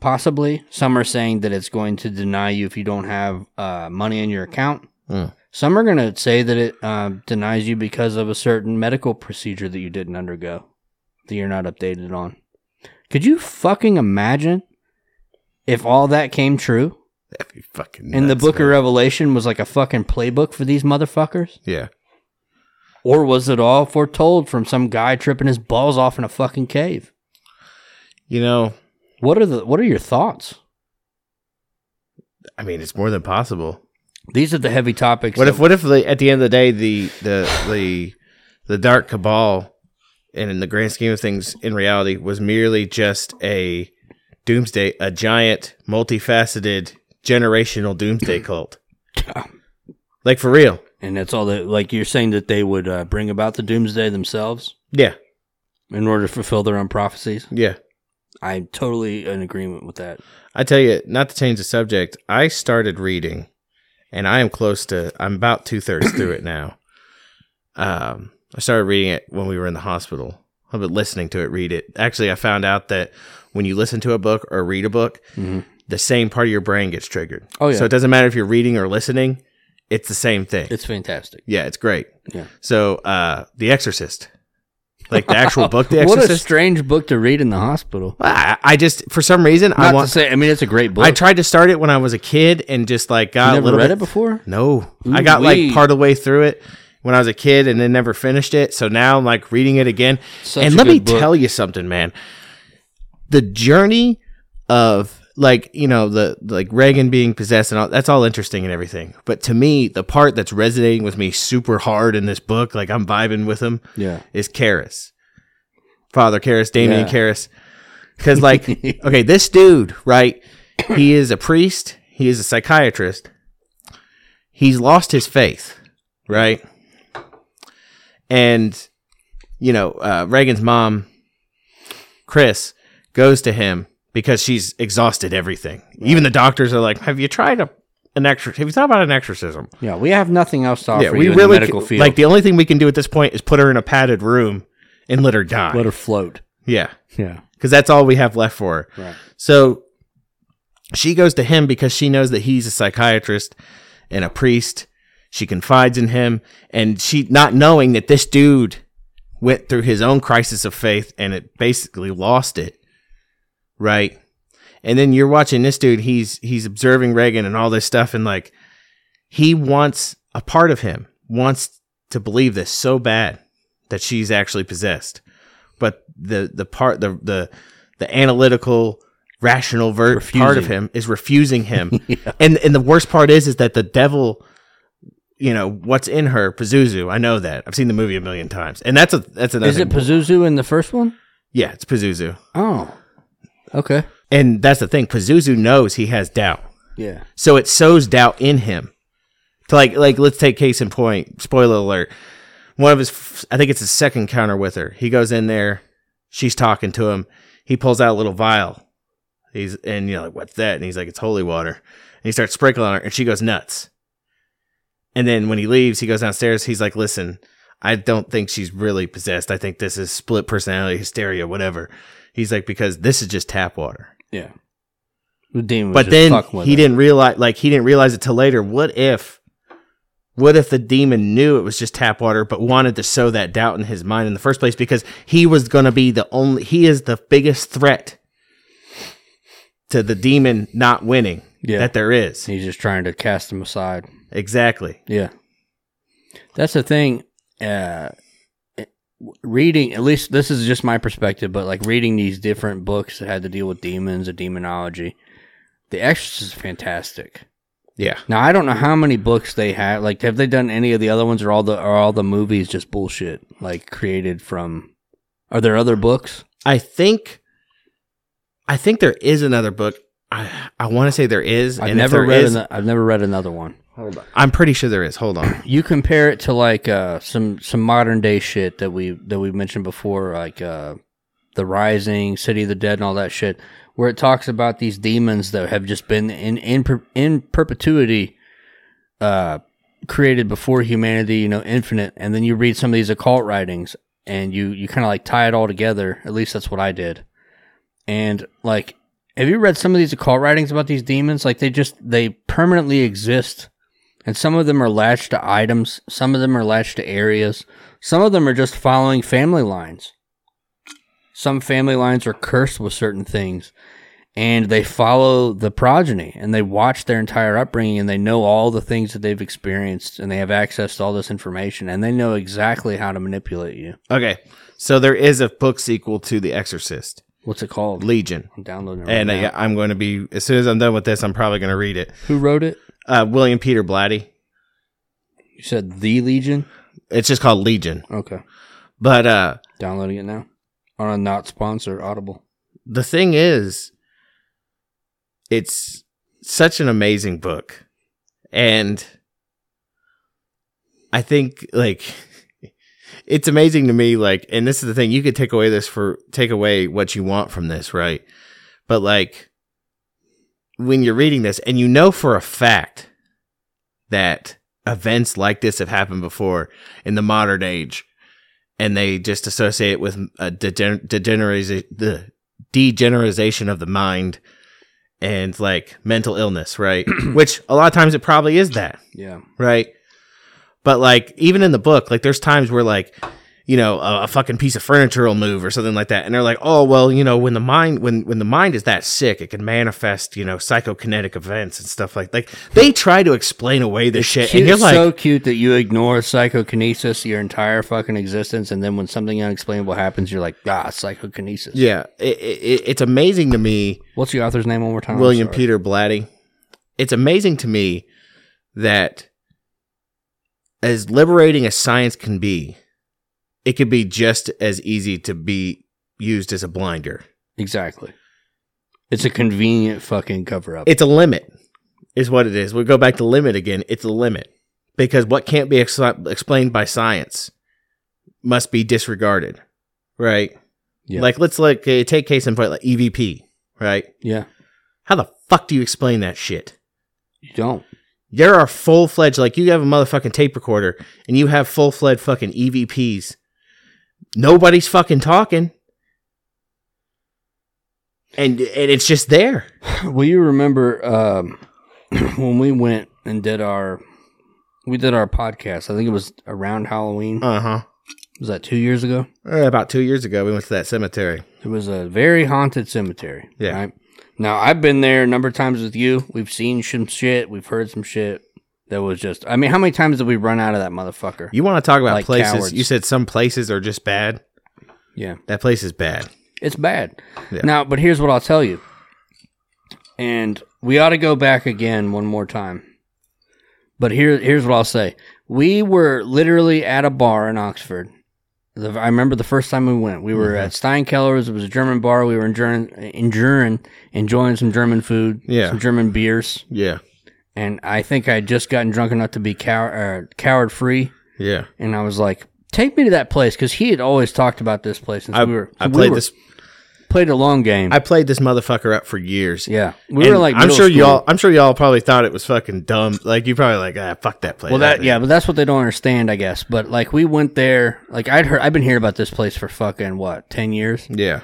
[SPEAKER 2] possibly. Some are saying that it's going to deny you if you don't have uh, money in your account.
[SPEAKER 3] Mm.
[SPEAKER 2] Some are going to say that it uh, denies you because of a certain medical procedure that you didn't undergo, that you're not updated on. Could you fucking imagine if all that came true?
[SPEAKER 3] That'd be fucking
[SPEAKER 2] and the
[SPEAKER 3] nuts,
[SPEAKER 2] book
[SPEAKER 3] man.
[SPEAKER 2] of revelation was like a fucking playbook for these motherfuckers
[SPEAKER 3] Yeah.
[SPEAKER 2] or was it all foretold from some guy tripping his balls off in a fucking cave
[SPEAKER 3] You know,
[SPEAKER 2] what are the what are your thoughts
[SPEAKER 3] I mean, it's more than possible.
[SPEAKER 2] these are the heavy topics
[SPEAKER 3] What if
[SPEAKER 2] that-
[SPEAKER 3] what if the, at the end of the day the the the the dark cabal and in the grand scheme of things in reality was merely just a doomsday a giant multifaceted generational doomsday cult. like for real.
[SPEAKER 2] and that's all that like you're saying that they would uh, bring about the doomsday themselves
[SPEAKER 3] Yeah.
[SPEAKER 2] in order to fulfill their own prophecies
[SPEAKER 3] Yeah.
[SPEAKER 2] i'm totally in agreement with that
[SPEAKER 3] I tell you, not to change the subject, I started reading and I am close to I'm about two thirds through it now. Um I started reading it when we were in the hospital. I've been listening to it, read it. Actually I found out that when you listen to a book or read a book,
[SPEAKER 2] Mhm.
[SPEAKER 3] the same part of your brain gets triggered.
[SPEAKER 2] Oh, yeah.
[SPEAKER 3] So it doesn't matter if you're reading or listening, it's the same thing.
[SPEAKER 2] it's fantastic
[SPEAKER 3] yeah, it's great.
[SPEAKER 2] Yeah.
[SPEAKER 3] So uh The Exorcist. Like the actual book The
[SPEAKER 2] what a
[SPEAKER 3] Exorcist.
[SPEAKER 2] strange book to read in the hospital
[SPEAKER 3] I, I just for some reason
[SPEAKER 2] not
[SPEAKER 3] I want
[SPEAKER 2] to say i mean it's a great book
[SPEAKER 3] I tried to start it when I was a kid and just like
[SPEAKER 2] you
[SPEAKER 3] got a
[SPEAKER 2] never
[SPEAKER 3] little
[SPEAKER 2] read
[SPEAKER 3] bit.
[SPEAKER 2] it before
[SPEAKER 3] No, I
[SPEAKER 2] Ooh,
[SPEAKER 3] got
[SPEAKER 2] wee.
[SPEAKER 3] like part of the way through it when I was a kid and then never finished it. So now I'm like reading it again.
[SPEAKER 2] Such
[SPEAKER 3] and
[SPEAKER 2] a
[SPEAKER 3] let me
[SPEAKER 2] good book.
[SPEAKER 3] tell you something, man. The journey of like you know the like Reagan being possessed and all that's all interesting and everything. But to me, the part that's resonating with me super hard in this book, like I'm vibing with him,
[SPEAKER 2] yeah
[SPEAKER 3] is Karis. Father Karis, Damien
[SPEAKER 2] Yeah.
[SPEAKER 3] Karras. 'Cause Because, like, okay, this dude, right? He is a priest, he is a psychiatrist. He's lost his faith, right? And, you know, uh, Reagan's mom, Chris, goes to him because she's exhausted everything. Even the doctors are like, Have you tried a, an exorcism? Have you thought about an exorcism?
[SPEAKER 2] yeah we have nothing else to offer
[SPEAKER 3] yeah, we
[SPEAKER 2] you in
[SPEAKER 3] really
[SPEAKER 2] the medical
[SPEAKER 3] c-
[SPEAKER 2] field
[SPEAKER 3] like the only thing we can do at this point is put her in a padded room and let her die.
[SPEAKER 2] let her float
[SPEAKER 3] yeah,
[SPEAKER 2] yeah
[SPEAKER 3] because that's all we have left for her.
[SPEAKER 2] Right.
[SPEAKER 3] So she goes to him because she knows that he's a psychiatrist and a priest. She confides in him, and she not knowing that this dude went through his own crisis of faith and it basically lost it, right? And then you're watching this dude. He's he's observing Reagan and all this stuff, and like he wants a part of him wants to believe this so bad that she's actually possessed but the the part the the the analytical rational ver- part
[SPEAKER 2] Refusing.
[SPEAKER 3] of him is refusing him and and the worst part is is that the devil you know what's in her Pazuzu I know that I've seen the movie a million times and that's a that's another
[SPEAKER 2] Is it
[SPEAKER 3] thing.
[SPEAKER 2] Pazuzu in the first one?
[SPEAKER 3] yeah it's Pazuzu
[SPEAKER 2] Oh, okay.
[SPEAKER 3] and that's the thing Pazuzu knows he has doubt
[SPEAKER 2] Yeah.
[SPEAKER 3] so it sows doubt in him to like like let's take case in point spoiler alert one of his f- i think it's his second counter with her he goes in there she's talking to him he pulls out a little vial he's and you know like what's that and he's like it's holy water and he starts sprinkling on her and she goes nuts and then when he leaves he goes downstairs he's like listen i don't think she's really possessed i think this is split personality hysteria whatever he's like because this is just tap water
[SPEAKER 2] Yeah. The demon. was just
[SPEAKER 3] but then
[SPEAKER 2] fucking with
[SPEAKER 3] he
[SPEAKER 2] her.
[SPEAKER 3] didn't realize like he didn't realize it till later what if what if the demon knew it was just tap water but wanted to sow that doubt in his mind in the first place because he was going to be the only he is the biggest threat to the demon not winning
[SPEAKER 2] Yeah.
[SPEAKER 3] that there is.
[SPEAKER 2] He's just trying to cast him aside.
[SPEAKER 3] Exactly.
[SPEAKER 2] Yeah. That's the thing. Uh, it- reading, at least this is just my perspective, but like reading these different books that had to deal with demons and demonology, The Exorcist is fantastic.
[SPEAKER 3] Yeah.
[SPEAKER 2] Now I don't know how many books they had. Like, have they done any of the other ones, or all the are all the movies just bullshit? Like created from? Are there other books?
[SPEAKER 3] I think I think there is another book. I I want to say there is.
[SPEAKER 2] I've
[SPEAKER 3] and if
[SPEAKER 2] never
[SPEAKER 3] there
[SPEAKER 2] read.
[SPEAKER 3] is-
[SPEAKER 2] An, I've never read another one.
[SPEAKER 3] I'm pretty sure there is. Hold on.
[SPEAKER 2] You compare it to like uh, some some modern day shit that we that we mentioned before, like uh, the Rising, City of the Dead, and all that shit, where it talks about these demons that have just been in in per- in perpetuity, uh, created before humanity, you know, infinite. And then you read some of these occult writings, and you you kind of like tie it all together. At least that's what I did. And like, have you read some of these occult writings about these demons? Like they just they permanently exist and some of them are latched to items, some of them are latched to areas, some of them are just following family lines. Some family lines are cursed with certain things, and they follow the progeny and they watch their entire upbringing and they know all the things that they've experienced and they have access to all this information and they know exactly how to manipulate you.
[SPEAKER 3] Okay. So there is a book sequel to The Exorcist,
[SPEAKER 2] What's it called?
[SPEAKER 3] Legion.
[SPEAKER 2] I'm downloading it. Right
[SPEAKER 3] And uh,
[SPEAKER 2] now.
[SPEAKER 3] I, I'm going to be as soon as I'm done with this, I'm probably going to read it.
[SPEAKER 2] Who wrote it?
[SPEAKER 3] Uh, William Peter Blatty.
[SPEAKER 2] You said The Legion?
[SPEAKER 3] It's just called Legion.
[SPEAKER 2] Okay.
[SPEAKER 3] But uh,
[SPEAKER 2] Downloading it now. On a not sponsored Audible.
[SPEAKER 3] the thing is, it's such an amazing book, and I think like it's amazing to me. Like, and this is the thing you could take away this for take away what you want from this, right? But like when you're reading this, and you know for a fact that events like this have happened before in the modern age and they just associate it with a degen- degeneration, the degeneration of the mind and like mental illness, right? Which a lot of times it probably is that,
[SPEAKER 2] Yeah.
[SPEAKER 3] right? But like even in the book, like there's times where like you know a, a fucking piece of furniture will move or something like that, and they're like, oh well, you know when the mind when when the mind is that sick, it can manifest you know psychokinetic events and stuff like like they try to explain away this shit,
[SPEAKER 2] Cute-
[SPEAKER 3] and you're
[SPEAKER 2] it's
[SPEAKER 3] like,
[SPEAKER 2] so cute that you ignore psychokinesis your entire fucking existence, and then when something unexplainable happens, you're like, ah, psychokinesis.
[SPEAKER 3] yeah, it, it, it's amazing to me.
[SPEAKER 2] What's the author's name one more time? Oh, I'm
[SPEAKER 3] William
[SPEAKER 2] sorry.
[SPEAKER 3] Peter Blatty. It's amazing to me that as liberating as science can be, it could be just as easy to be used as a blinder.
[SPEAKER 2] Exactly. It's a convenient fucking cover up.
[SPEAKER 3] It's a limit, is what it is. We go back to limit again. It's a limit because what can't be ex- explained by science must be disregarded, right?
[SPEAKER 2] Yeah.
[SPEAKER 3] Like let's like uh, take case in point like EVP, right?
[SPEAKER 2] yeah.
[SPEAKER 3] How the fuck do you explain that shit?
[SPEAKER 2] You don't.
[SPEAKER 3] there are full fledged like you have a motherfucking tape recorder and you have full fledged fucking EVPs. Nobody's fucking talking. And and it's just there.
[SPEAKER 2] Well, you remember um, when we went and did our we did our podcast. I think it was around Halloween.
[SPEAKER 3] Uh-huh.
[SPEAKER 2] was that two years ago?
[SPEAKER 3] Uh, About two years ago we went to that cemetery.
[SPEAKER 2] It was a very haunted cemetery.
[SPEAKER 3] Yeah.
[SPEAKER 2] Right? Now I've been there a number of times with you. We've seen some shit. We've heard some shit that was just. I mean, how many times did we run out of that motherfucker?
[SPEAKER 3] You want to talk about
[SPEAKER 2] Like
[SPEAKER 3] places.
[SPEAKER 2] cowards.
[SPEAKER 3] You said some places are just bad.
[SPEAKER 2] Yeah.
[SPEAKER 3] That place is bad.
[SPEAKER 2] It's bad.
[SPEAKER 3] Yeah.
[SPEAKER 2] Now, but here's what I'll tell you. And we ought to go back again one more time. But here, here's what I'll say. We were literally at a bar in Oxford. The, I remember the first time we went. We were
[SPEAKER 3] Mm-hmm.
[SPEAKER 2] at Steinkeller's. It was a German bar. We were enjoying, enjoying, enjoying some German food,
[SPEAKER 3] Yeah.
[SPEAKER 2] some German beers.
[SPEAKER 3] Yeah.
[SPEAKER 2] and I think I had just gotten drunk enough to be cow- uh, coward free,
[SPEAKER 3] Yeah.
[SPEAKER 2] and I was like, "Take me to that place," because he had always talked about this place since
[SPEAKER 3] I,
[SPEAKER 2] we were.
[SPEAKER 3] I
[SPEAKER 2] we
[SPEAKER 3] played
[SPEAKER 2] were-
[SPEAKER 3] this
[SPEAKER 2] played a long game.
[SPEAKER 3] I played this motherfucker up for years.
[SPEAKER 2] yeah, we
[SPEAKER 3] And
[SPEAKER 2] were like,
[SPEAKER 3] I'm
[SPEAKER 2] middle
[SPEAKER 3] sure
[SPEAKER 2] school.
[SPEAKER 3] y'all I'm sure y'all probably thought it was fucking dumb. Like you probably like, ah, fuck that place.
[SPEAKER 2] Well, that yeah, but that's what they don't understand, I guess. But like, we went there. Like I'd heard, I've been hearing about this place for fucking what ten years.
[SPEAKER 3] Yeah.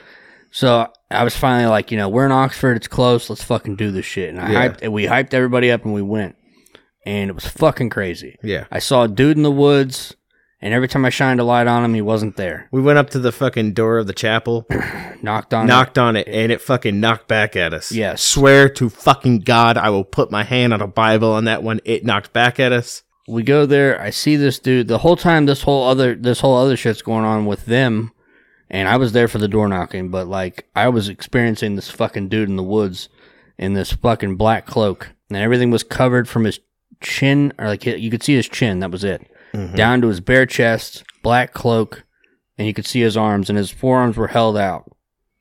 [SPEAKER 2] So I was finally like, you know, we're in Oxford, it's close, let's fucking do this shit. And I
[SPEAKER 3] Yeah.
[SPEAKER 2] hyped, and we hyped everybody up, and we went, and it was fucking crazy.
[SPEAKER 3] Yeah.
[SPEAKER 2] I saw a dude in the woods. And every time I shined a light on him, he wasn't there.
[SPEAKER 3] We went up to the fucking door of the chapel,
[SPEAKER 2] Knocked on.
[SPEAKER 3] knocked on it, and it fucking knocked back at us.
[SPEAKER 2] Yes.
[SPEAKER 3] Swear to fucking God, I will put my hand on a Bible on that one. It knocked back at us.
[SPEAKER 2] We go there. I see this dude. The whole time, this whole other this whole other shit's going on with them, and I was there for the door knocking. But like, I was experiencing this fucking dude in the woods in this fucking black cloak, and everything was covered from his chin, or like you could see his chin. That was it, down to his bare chest, black cloak, and you could see his arms, and his forearms were held out,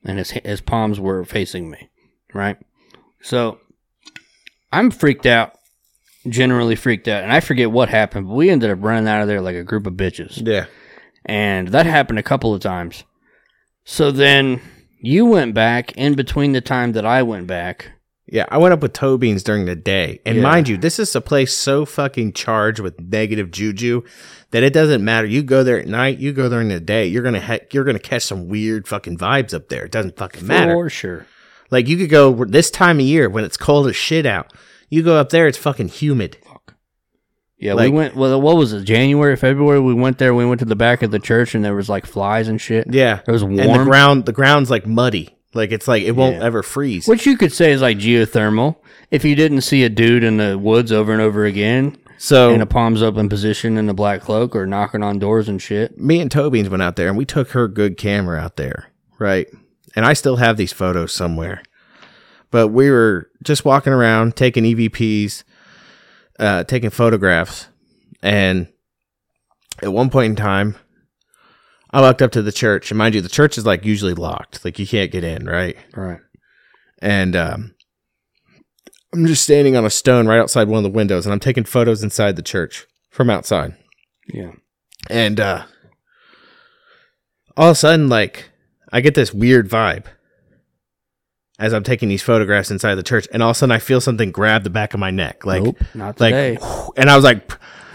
[SPEAKER 2] and his his palms were facing me, right? So I'm freaked out generally freaked out, and I forget what happened, but we ended up running out of there like a group of bitches,
[SPEAKER 3] Yeah.
[SPEAKER 2] and that happened a couple of times. So then you went back in between the time that I went back.
[SPEAKER 3] Yeah, I went up with toe beans during the day. And
[SPEAKER 2] Yeah.
[SPEAKER 3] mind you, this is a place so fucking charged with negative juju that it doesn't matter. You go there at night, you go during the day, you're gonna ha- you're gonna catch some weird fucking vibes up there. It doesn't fucking matter.
[SPEAKER 2] For sure.
[SPEAKER 3] Like you could go this time of year when it's cold as shit out. You go up there, it's fucking humid.
[SPEAKER 2] Yeah,
[SPEAKER 3] Like-
[SPEAKER 2] we went. Well, what was it? January, February. We went there. We went to the back of the church, and there was like flies and shit.
[SPEAKER 3] Yeah,
[SPEAKER 2] it was warm.
[SPEAKER 3] and the ground the ground's like muddy. Like it's like it won't ever freeze.
[SPEAKER 2] which you could say is like geothermal. If you didn't see a dude in the woods over and over again,
[SPEAKER 3] so
[SPEAKER 2] in a palms open position in a black cloak, or knocking on doors and shit,
[SPEAKER 3] me and Tobin's went out there and we took her good camera out there, right? And I still have these photos somewhere. But we were just walking around taking EVPs, uh, taking photographs, and at one point in time, I walked up to the church. And mind you, the church is like usually locked, like you can't get in, right?
[SPEAKER 2] right?
[SPEAKER 3] and um, I'm just standing on a stone right outside one of the windows, and I'm taking photos inside the church from outside.
[SPEAKER 2] Yeah.
[SPEAKER 3] And uh, all of a sudden, like, I get this weird vibe as I'm taking these photographs inside the church, and all of a sudden, I feel something grab the back of my neck, like,
[SPEAKER 2] nope, not
[SPEAKER 3] like,
[SPEAKER 2] today.
[SPEAKER 3] and I was like.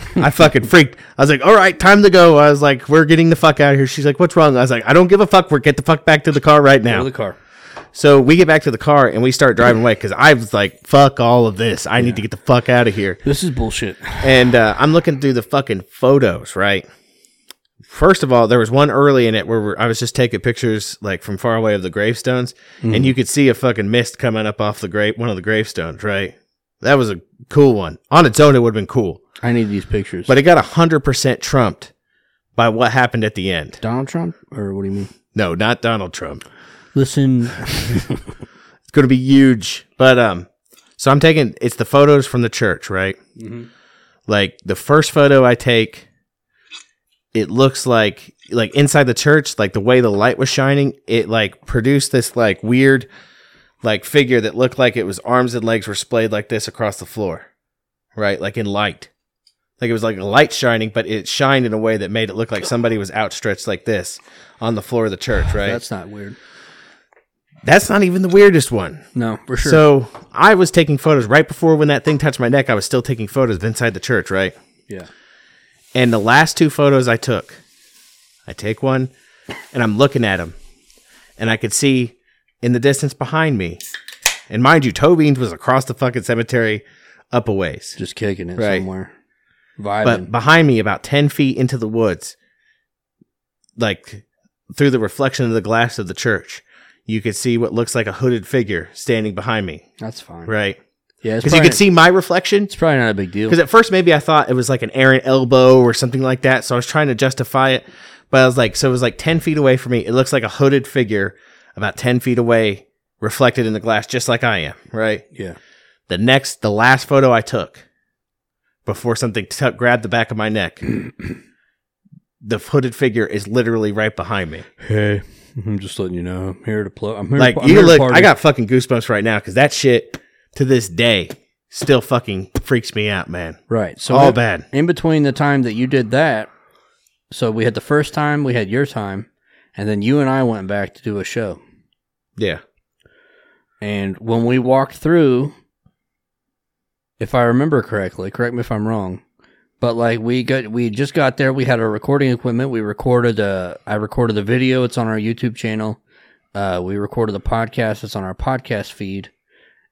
[SPEAKER 3] I fucking freaked. I was like, "All right, time to go." I was like, "We're getting the fuck out of here." She's like, "What's wrong?" I was like, "I don't give a fuck. We're get the fuck back to the car right now."
[SPEAKER 2] Go to the car.
[SPEAKER 3] So we get back to the car and we start driving away because I was like, fuck all of this. I need to get the fuck out of here.
[SPEAKER 2] This is bullshit.
[SPEAKER 3] And uh, I'm looking through the fucking photos, right? First of all, there was one early in it where we're, I was just taking pictures like from far away of the gravestones, and you could see a fucking mist coming up off the grave, one of the gravestones, right? That was a cool one. On its own, it would have been cool,
[SPEAKER 2] I need these pictures.
[SPEAKER 3] but it got hundred percent trumped by what happened at the end.
[SPEAKER 2] Donald Trump, or what do you mean?
[SPEAKER 3] No, not Donald Trump.
[SPEAKER 2] Listen,
[SPEAKER 3] It's going to be huge. But um, so I'm taking it's the photos from the church, right?
[SPEAKER 2] Mm-hmm.
[SPEAKER 3] Like the first photo I take, it looks like like inside the church, like the way the light was shining, it like produced this like weird like figure that looked like it was arms and legs were splayed like this across the floor, right? Like in light. Like it was like a light shining, but it shined in a way that made it look like somebody was outstretched like this on the floor of the church, right?
[SPEAKER 2] that's not weird.
[SPEAKER 3] That's not even the weirdest one.
[SPEAKER 2] No, for sure.
[SPEAKER 3] So I was taking photos right before when that thing touched my neck. I was still taking photos of inside the church, right?
[SPEAKER 2] yeah,
[SPEAKER 3] And the last two photos I took, I take one and I'm looking at him, and I could see in the distance behind me. And mind you, Toe Beans was across the fucking cemetery up a ways.
[SPEAKER 2] just kicking it
[SPEAKER 3] Right.
[SPEAKER 2] somewhere,
[SPEAKER 3] But
[SPEAKER 2] vibing.
[SPEAKER 3] behind me, about 10 feet into the woods, like through the reflection of the glass of the church, you could see what looks like a hooded figure standing behind me,
[SPEAKER 2] that's fine.
[SPEAKER 3] right?
[SPEAKER 2] Yeah, it's
[SPEAKER 3] Because you
[SPEAKER 2] probably-
[SPEAKER 3] could see my reflection.
[SPEAKER 2] It's probably not a big deal.
[SPEAKER 3] Because at first, maybe I thought it was like an errant elbow or something like that. So I was trying to justify it. But I was like, so it was like 10 feet away from me. It looks like a hooded figure about 10 feet away, reflected in the glass, just like I am, right?
[SPEAKER 2] yeah,
[SPEAKER 3] The next, the last photo I took before something t- grabbed the back of my neck, the hooded figure is literally right behind me.
[SPEAKER 2] hey, I'm just letting you know. I'm here to plug. I'm here.
[SPEAKER 3] Like, you look, I got fucking goosebumps right now because that shit to this day still fucking freaks me out, man.
[SPEAKER 2] right. So
[SPEAKER 3] All
[SPEAKER 2] in-
[SPEAKER 3] bad.
[SPEAKER 2] In between the time that you did that, so we had the first time, we had your time, and then you and I went back to do a show.
[SPEAKER 3] Yeah.
[SPEAKER 2] And when we walked through, if I remember correctly, correct me if I'm wrong, but like we got we just got there, we had our recording equipment. We recorded uh I recorded the video, it's on our YouTube channel. Uh we recorded the podcast, it's on our podcast feed.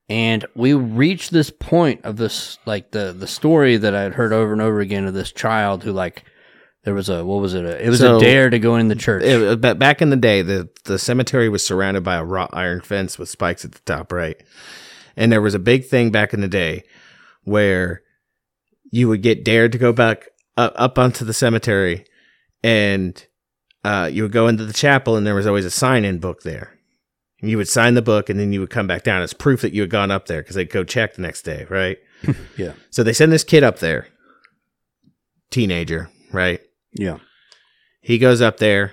[SPEAKER 2] And we reached this point of this like the the story that I had heard over and over again of this child who like There was a what was it? A, it was
[SPEAKER 3] So-
[SPEAKER 2] a dare to go in the church.
[SPEAKER 3] It- but back in the day, the, the cemetery was surrounded by a wrought iron fence with spikes at the top, right? And there was a big thing back in the day where you would get dared to go back up, up onto the cemetery and uh, you would go into the chapel, and there was always a sign in book there. And you would sign the book, and then you would come back down as proof that you had gone up there because they'd go check the next day, right?
[SPEAKER 2] Yeah.
[SPEAKER 3] So they send this kid up there, teenager, right?
[SPEAKER 2] yeah,
[SPEAKER 3] He goes up there.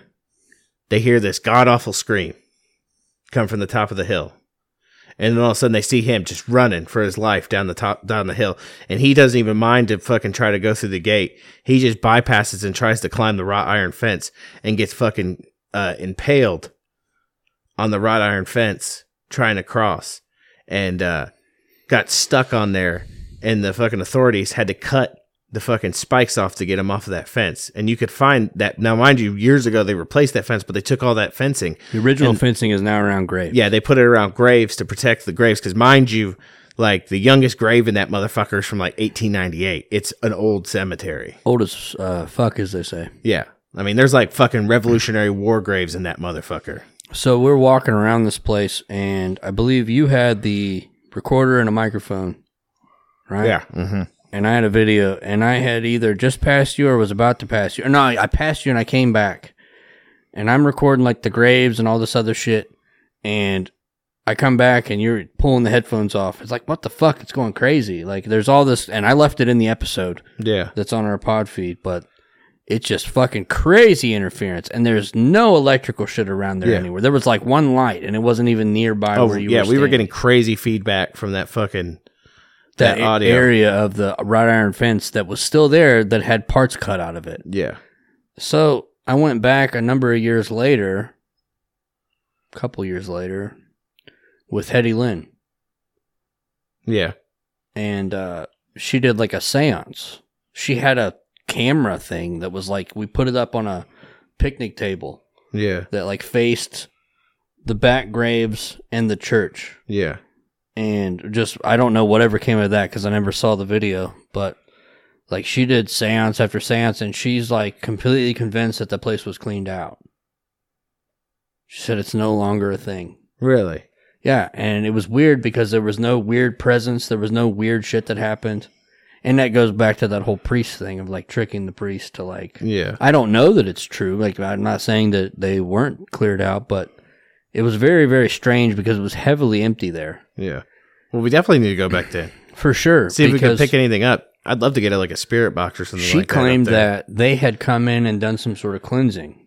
[SPEAKER 3] They hear this god awful scream come from the top of the hill. And then all of a sudden they see him just running for his life down the top down the hill. And he doesn't even mind to fucking try to go through the gate. He just bypasses and tries to climb the wrought iron fence and gets fucking uh, impaled on the wrought iron fence trying to cross and uh, got stuck on there and the fucking authorities had to cut the fucking spikes off to get him off of that fence. And you could find that now, mind you, years ago they replaced that fence, but they took all that fencing.
[SPEAKER 2] the original fencing is now around grave.
[SPEAKER 3] Yeah, they put it around graves to protect the graves because, mind you, like the youngest grave in that motherfucker is from like 1898. It's an old cemetery.
[SPEAKER 2] old as uh, fuck, as they say.
[SPEAKER 3] Yeah, I mean, there's like fucking Revolutionary War graves in that motherfucker.
[SPEAKER 2] So we're walking around this place, and I believe you had the recorder and a microphone, right?
[SPEAKER 3] Yeah, hmm
[SPEAKER 2] And I had a video, and I had either just passed you or was about to pass you. No, I I passed you and I came back, and I'm recording like the graves and all this other shit, and I come back and you're pulling the headphones off. It's like what the fuck? It's going crazy. Like there's all this, and I left it in the episode
[SPEAKER 3] yeah.
[SPEAKER 2] that's on our pod feed, but it's just fucking crazy interference. And there's no electrical shit around there
[SPEAKER 3] Yeah.
[SPEAKER 2] anywhere. There was like one light, and it wasn't even nearby
[SPEAKER 3] Oh,
[SPEAKER 2] where you were.
[SPEAKER 3] yeah. we were
[SPEAKER 2] standing.
[SPEAKER 3] getting crazy feedback from that fucking
[SPEAKER 2] that,
[SPEAKER 3] that audio.
[SPEAKER 2] area of the wrought iron fence that was still there that had parts cut out of it.
[SPEAKER 3] yeah.
[SPEAKER 2] So I went back a number of years later, a couple years later, with Hetty Lynn,
[SPEAKER 3] Yeah,
[SPEAKER 2] and uh, she did like a séance. She had a camera thing that was like we put it up on a picnic table
[SPEAKER 3] yeah,
[SPEAKER 2] that like faced the back graves and the church
[SPEAKER 3] yeah,
[SPEAKER 2] and just i don't know whatever came of that because i never saw the video but like she did seance after seance and she's like completely convinced that the place was cleaned out she said it's no longer a thing
[SPEAKER 3] really.
[SPEAKER 2] yeah and it was weird because there was no weird presence there was no weird shit that happened and that goes back to that whole priest thing of like tricking the priest to like
[SPEAKER 3] Yeah,
[SPEAKER 2] I don't know that it's true. Like I'm not saying that they weren't cleared out, but it was very, very strange because it was heavily empty there
[SPEAKER 3] yeah. Well, we definitely need to go back then.
[SPEAKER 2] for sure.
[SPEAKER 3] See if we can
[SPEAKER 2] because
[SPEAKER 3] pick anything up. I'd love to get a, like a spirit box or something.
[SPEAKER 2] She
[SPEAKER 3] like that up
[SPEAKER 2] claimed
[SPEAKER 3] there.
[SPEAKER 2] that, they had come in and done some sort of cleansing.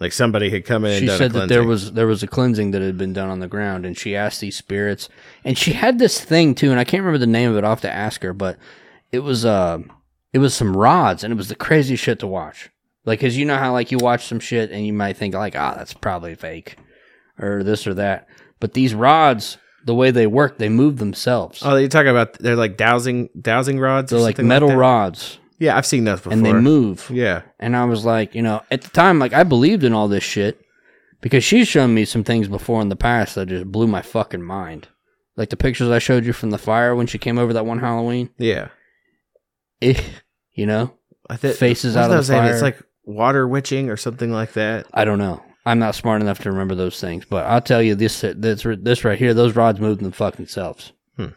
[SPEAKER 3] like somebody had come in. and
[SPEAKER 2] She
[SPEAKER 3] done a
[SPEAKER 2] said that there
[SPEAKER 3] cleansing.
[SPEAKER 2] was there was a cleansing that had been done on the ground, and she asked these spirits, and she had this thing too, and I can't remember the name of it. I'll have to ask her, but it was uh, it was some rods, and it was the craziest shit to watch. Like, cause you know how like you watch some shit and you might think like, ah, that's probably fake, or this or that. But these rods, the way they work, they move themselves.
[SPEAKER 3] Oh, you're talking about they're like dowsing dowsing rods.
[SPEAKER 2] They're
[SPEAKER 3] or
[SPEAKER 2] like
[SPEAKER 3] something
[SPEAKER 2] metal
[SPEAKER 3] that?
[SPEAKER 2] rods,
[SPEAKER 3] Yeah, I've seen those before.
[SPEAKER 2] and they move.
[SPEAKER 3] Yeah,
[SPEAKER 2] And I was like, you know, at the time, like I believed in all this shit because she's shown me some things before in the past that just blew my fucking mind. Like the pictures I showed you from the fire when she came over that one Halloween.
[SPEAKER 3] yeah.
[SPEAKER 2] Eh, you know,
[SPEAKER 3] I
[SPEAKER 2] Faces
[SPEAKER 3] what
[SPEAKER 2] out of
[SPEAKER 3] was
[SPEAKER 2] the
[SPEAKER 3] I saying? It's
[SPEAKER 2] fire.
[SPEAKER 3] like water witching or something like that.
[SPEAKER 2] I don't know. I'm not smart enough to remember those things, but I'll tell you this: this, this right here, those rods moved them fucking selves.
[SPEAKER 3] Hmm.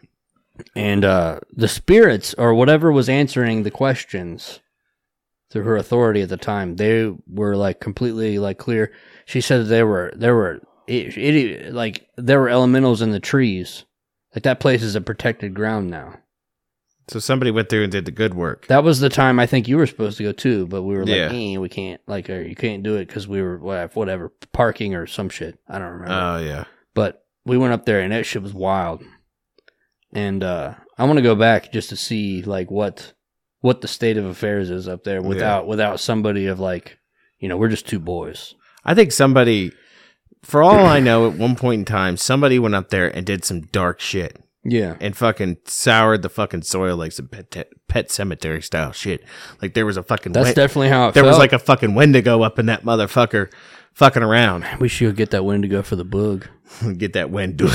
[SPEAKER 2] And uh, the spirits or whatever was answering the questions through her authority at the time, they were like completely like clear. She said that there were there were it, it like there were elementals in the trees. Like that place is a protected ground now.
[SPEAKER 3] So somebody went through and did the good work.
[SPEAKER 2] That was the time I think you were supposed to go too, but we were like,
[SPEAKER 3] Yeah.
[SPEAKER 2] eh, we can't, like, or you can't do it because we were wha- whatever parking or some shit. I don't remember.
[SPEAKER 3] oh yeah,
[SPEAKER 2] but we went up there and that shit was wild. And uh, I want to go back just to see like what what the state of affairs is up there without without somebody of like, you know, we're just two boys.
[SPEAKER 3] I think somebody. For all I know, at one point in time, somebody went up there and did some dark shit
[SPEAKER 2] Yeah.
[SPEAKER 3] and fucking soured the fucking soil like some pet, pet cemetery style shit. Like there was a fucking
[SPEAKER 2] That's
[SPEAKER 3] wen-
[SPEAKER 2] definitely how it
[SPEAKER 3] there
[SPEAKER 2] felt.
[SPEAKER 3] was like a fucking Wendigo up in that motherfucker, fucking around.
[SPEAKER 2] we should get that wind to go for the boog.
[SPEAKER 3] Get that
[SPEAKER 2] seen
[SPEAKER 3] Wendigo.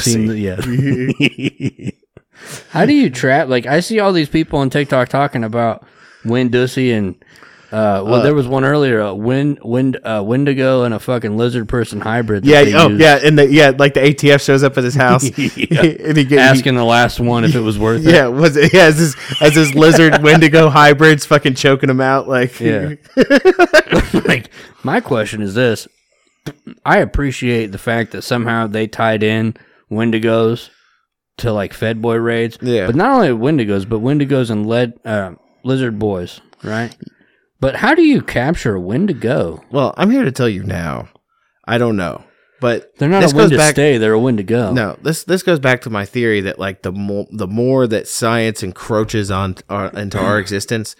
[SPEAKER 2] the- yeah. How do you trap? Like I see all these people on TikTok talking about Winn Dussey and Uh, well, there was one earlier, a wind, wind, uh, Wendigo and a fucking lizard person hybrid. that
[SPEAKER 3] Yeah.
[SPEAKER 2] they
[SPEAKER 3] Oh,
[SPEAKER 2] used,
[SPEAKER 3] yeah. And the, yeah, like the ATF shows up at his house and he gets
[SPEAKER 2] Asking the last one if it was worth it.
[SPEAKER 3] Yeah, was it? Yeah, as this as this lizard Wendigo hybrids fucking choking him out like
[SPEAKER 2] Yeah. like my question is this: I appreciate the fact that somehow they tied in Wendigos to like Fed Boy raids.
[SPEAKER 3] Yeah.
[SPEAKER 2] But not only Wendigos, but Wendigos and lead uh, lizard boys, right? But how do you capture a Wendigo?
[SPEAKER 3] Well, I'm here to tell you now. I don't know, but
[SPEAKER 2] They're not
[SPEAKER 3] this
[SPEAKER 2] a Wendigo
[SPEAKER 3] back.
[SPEAKER 2] stay; they're a Wendigo.
[SPEAKER 3] No, this this goes back to my theory that like the more the more that science encroaches on our, into our existence,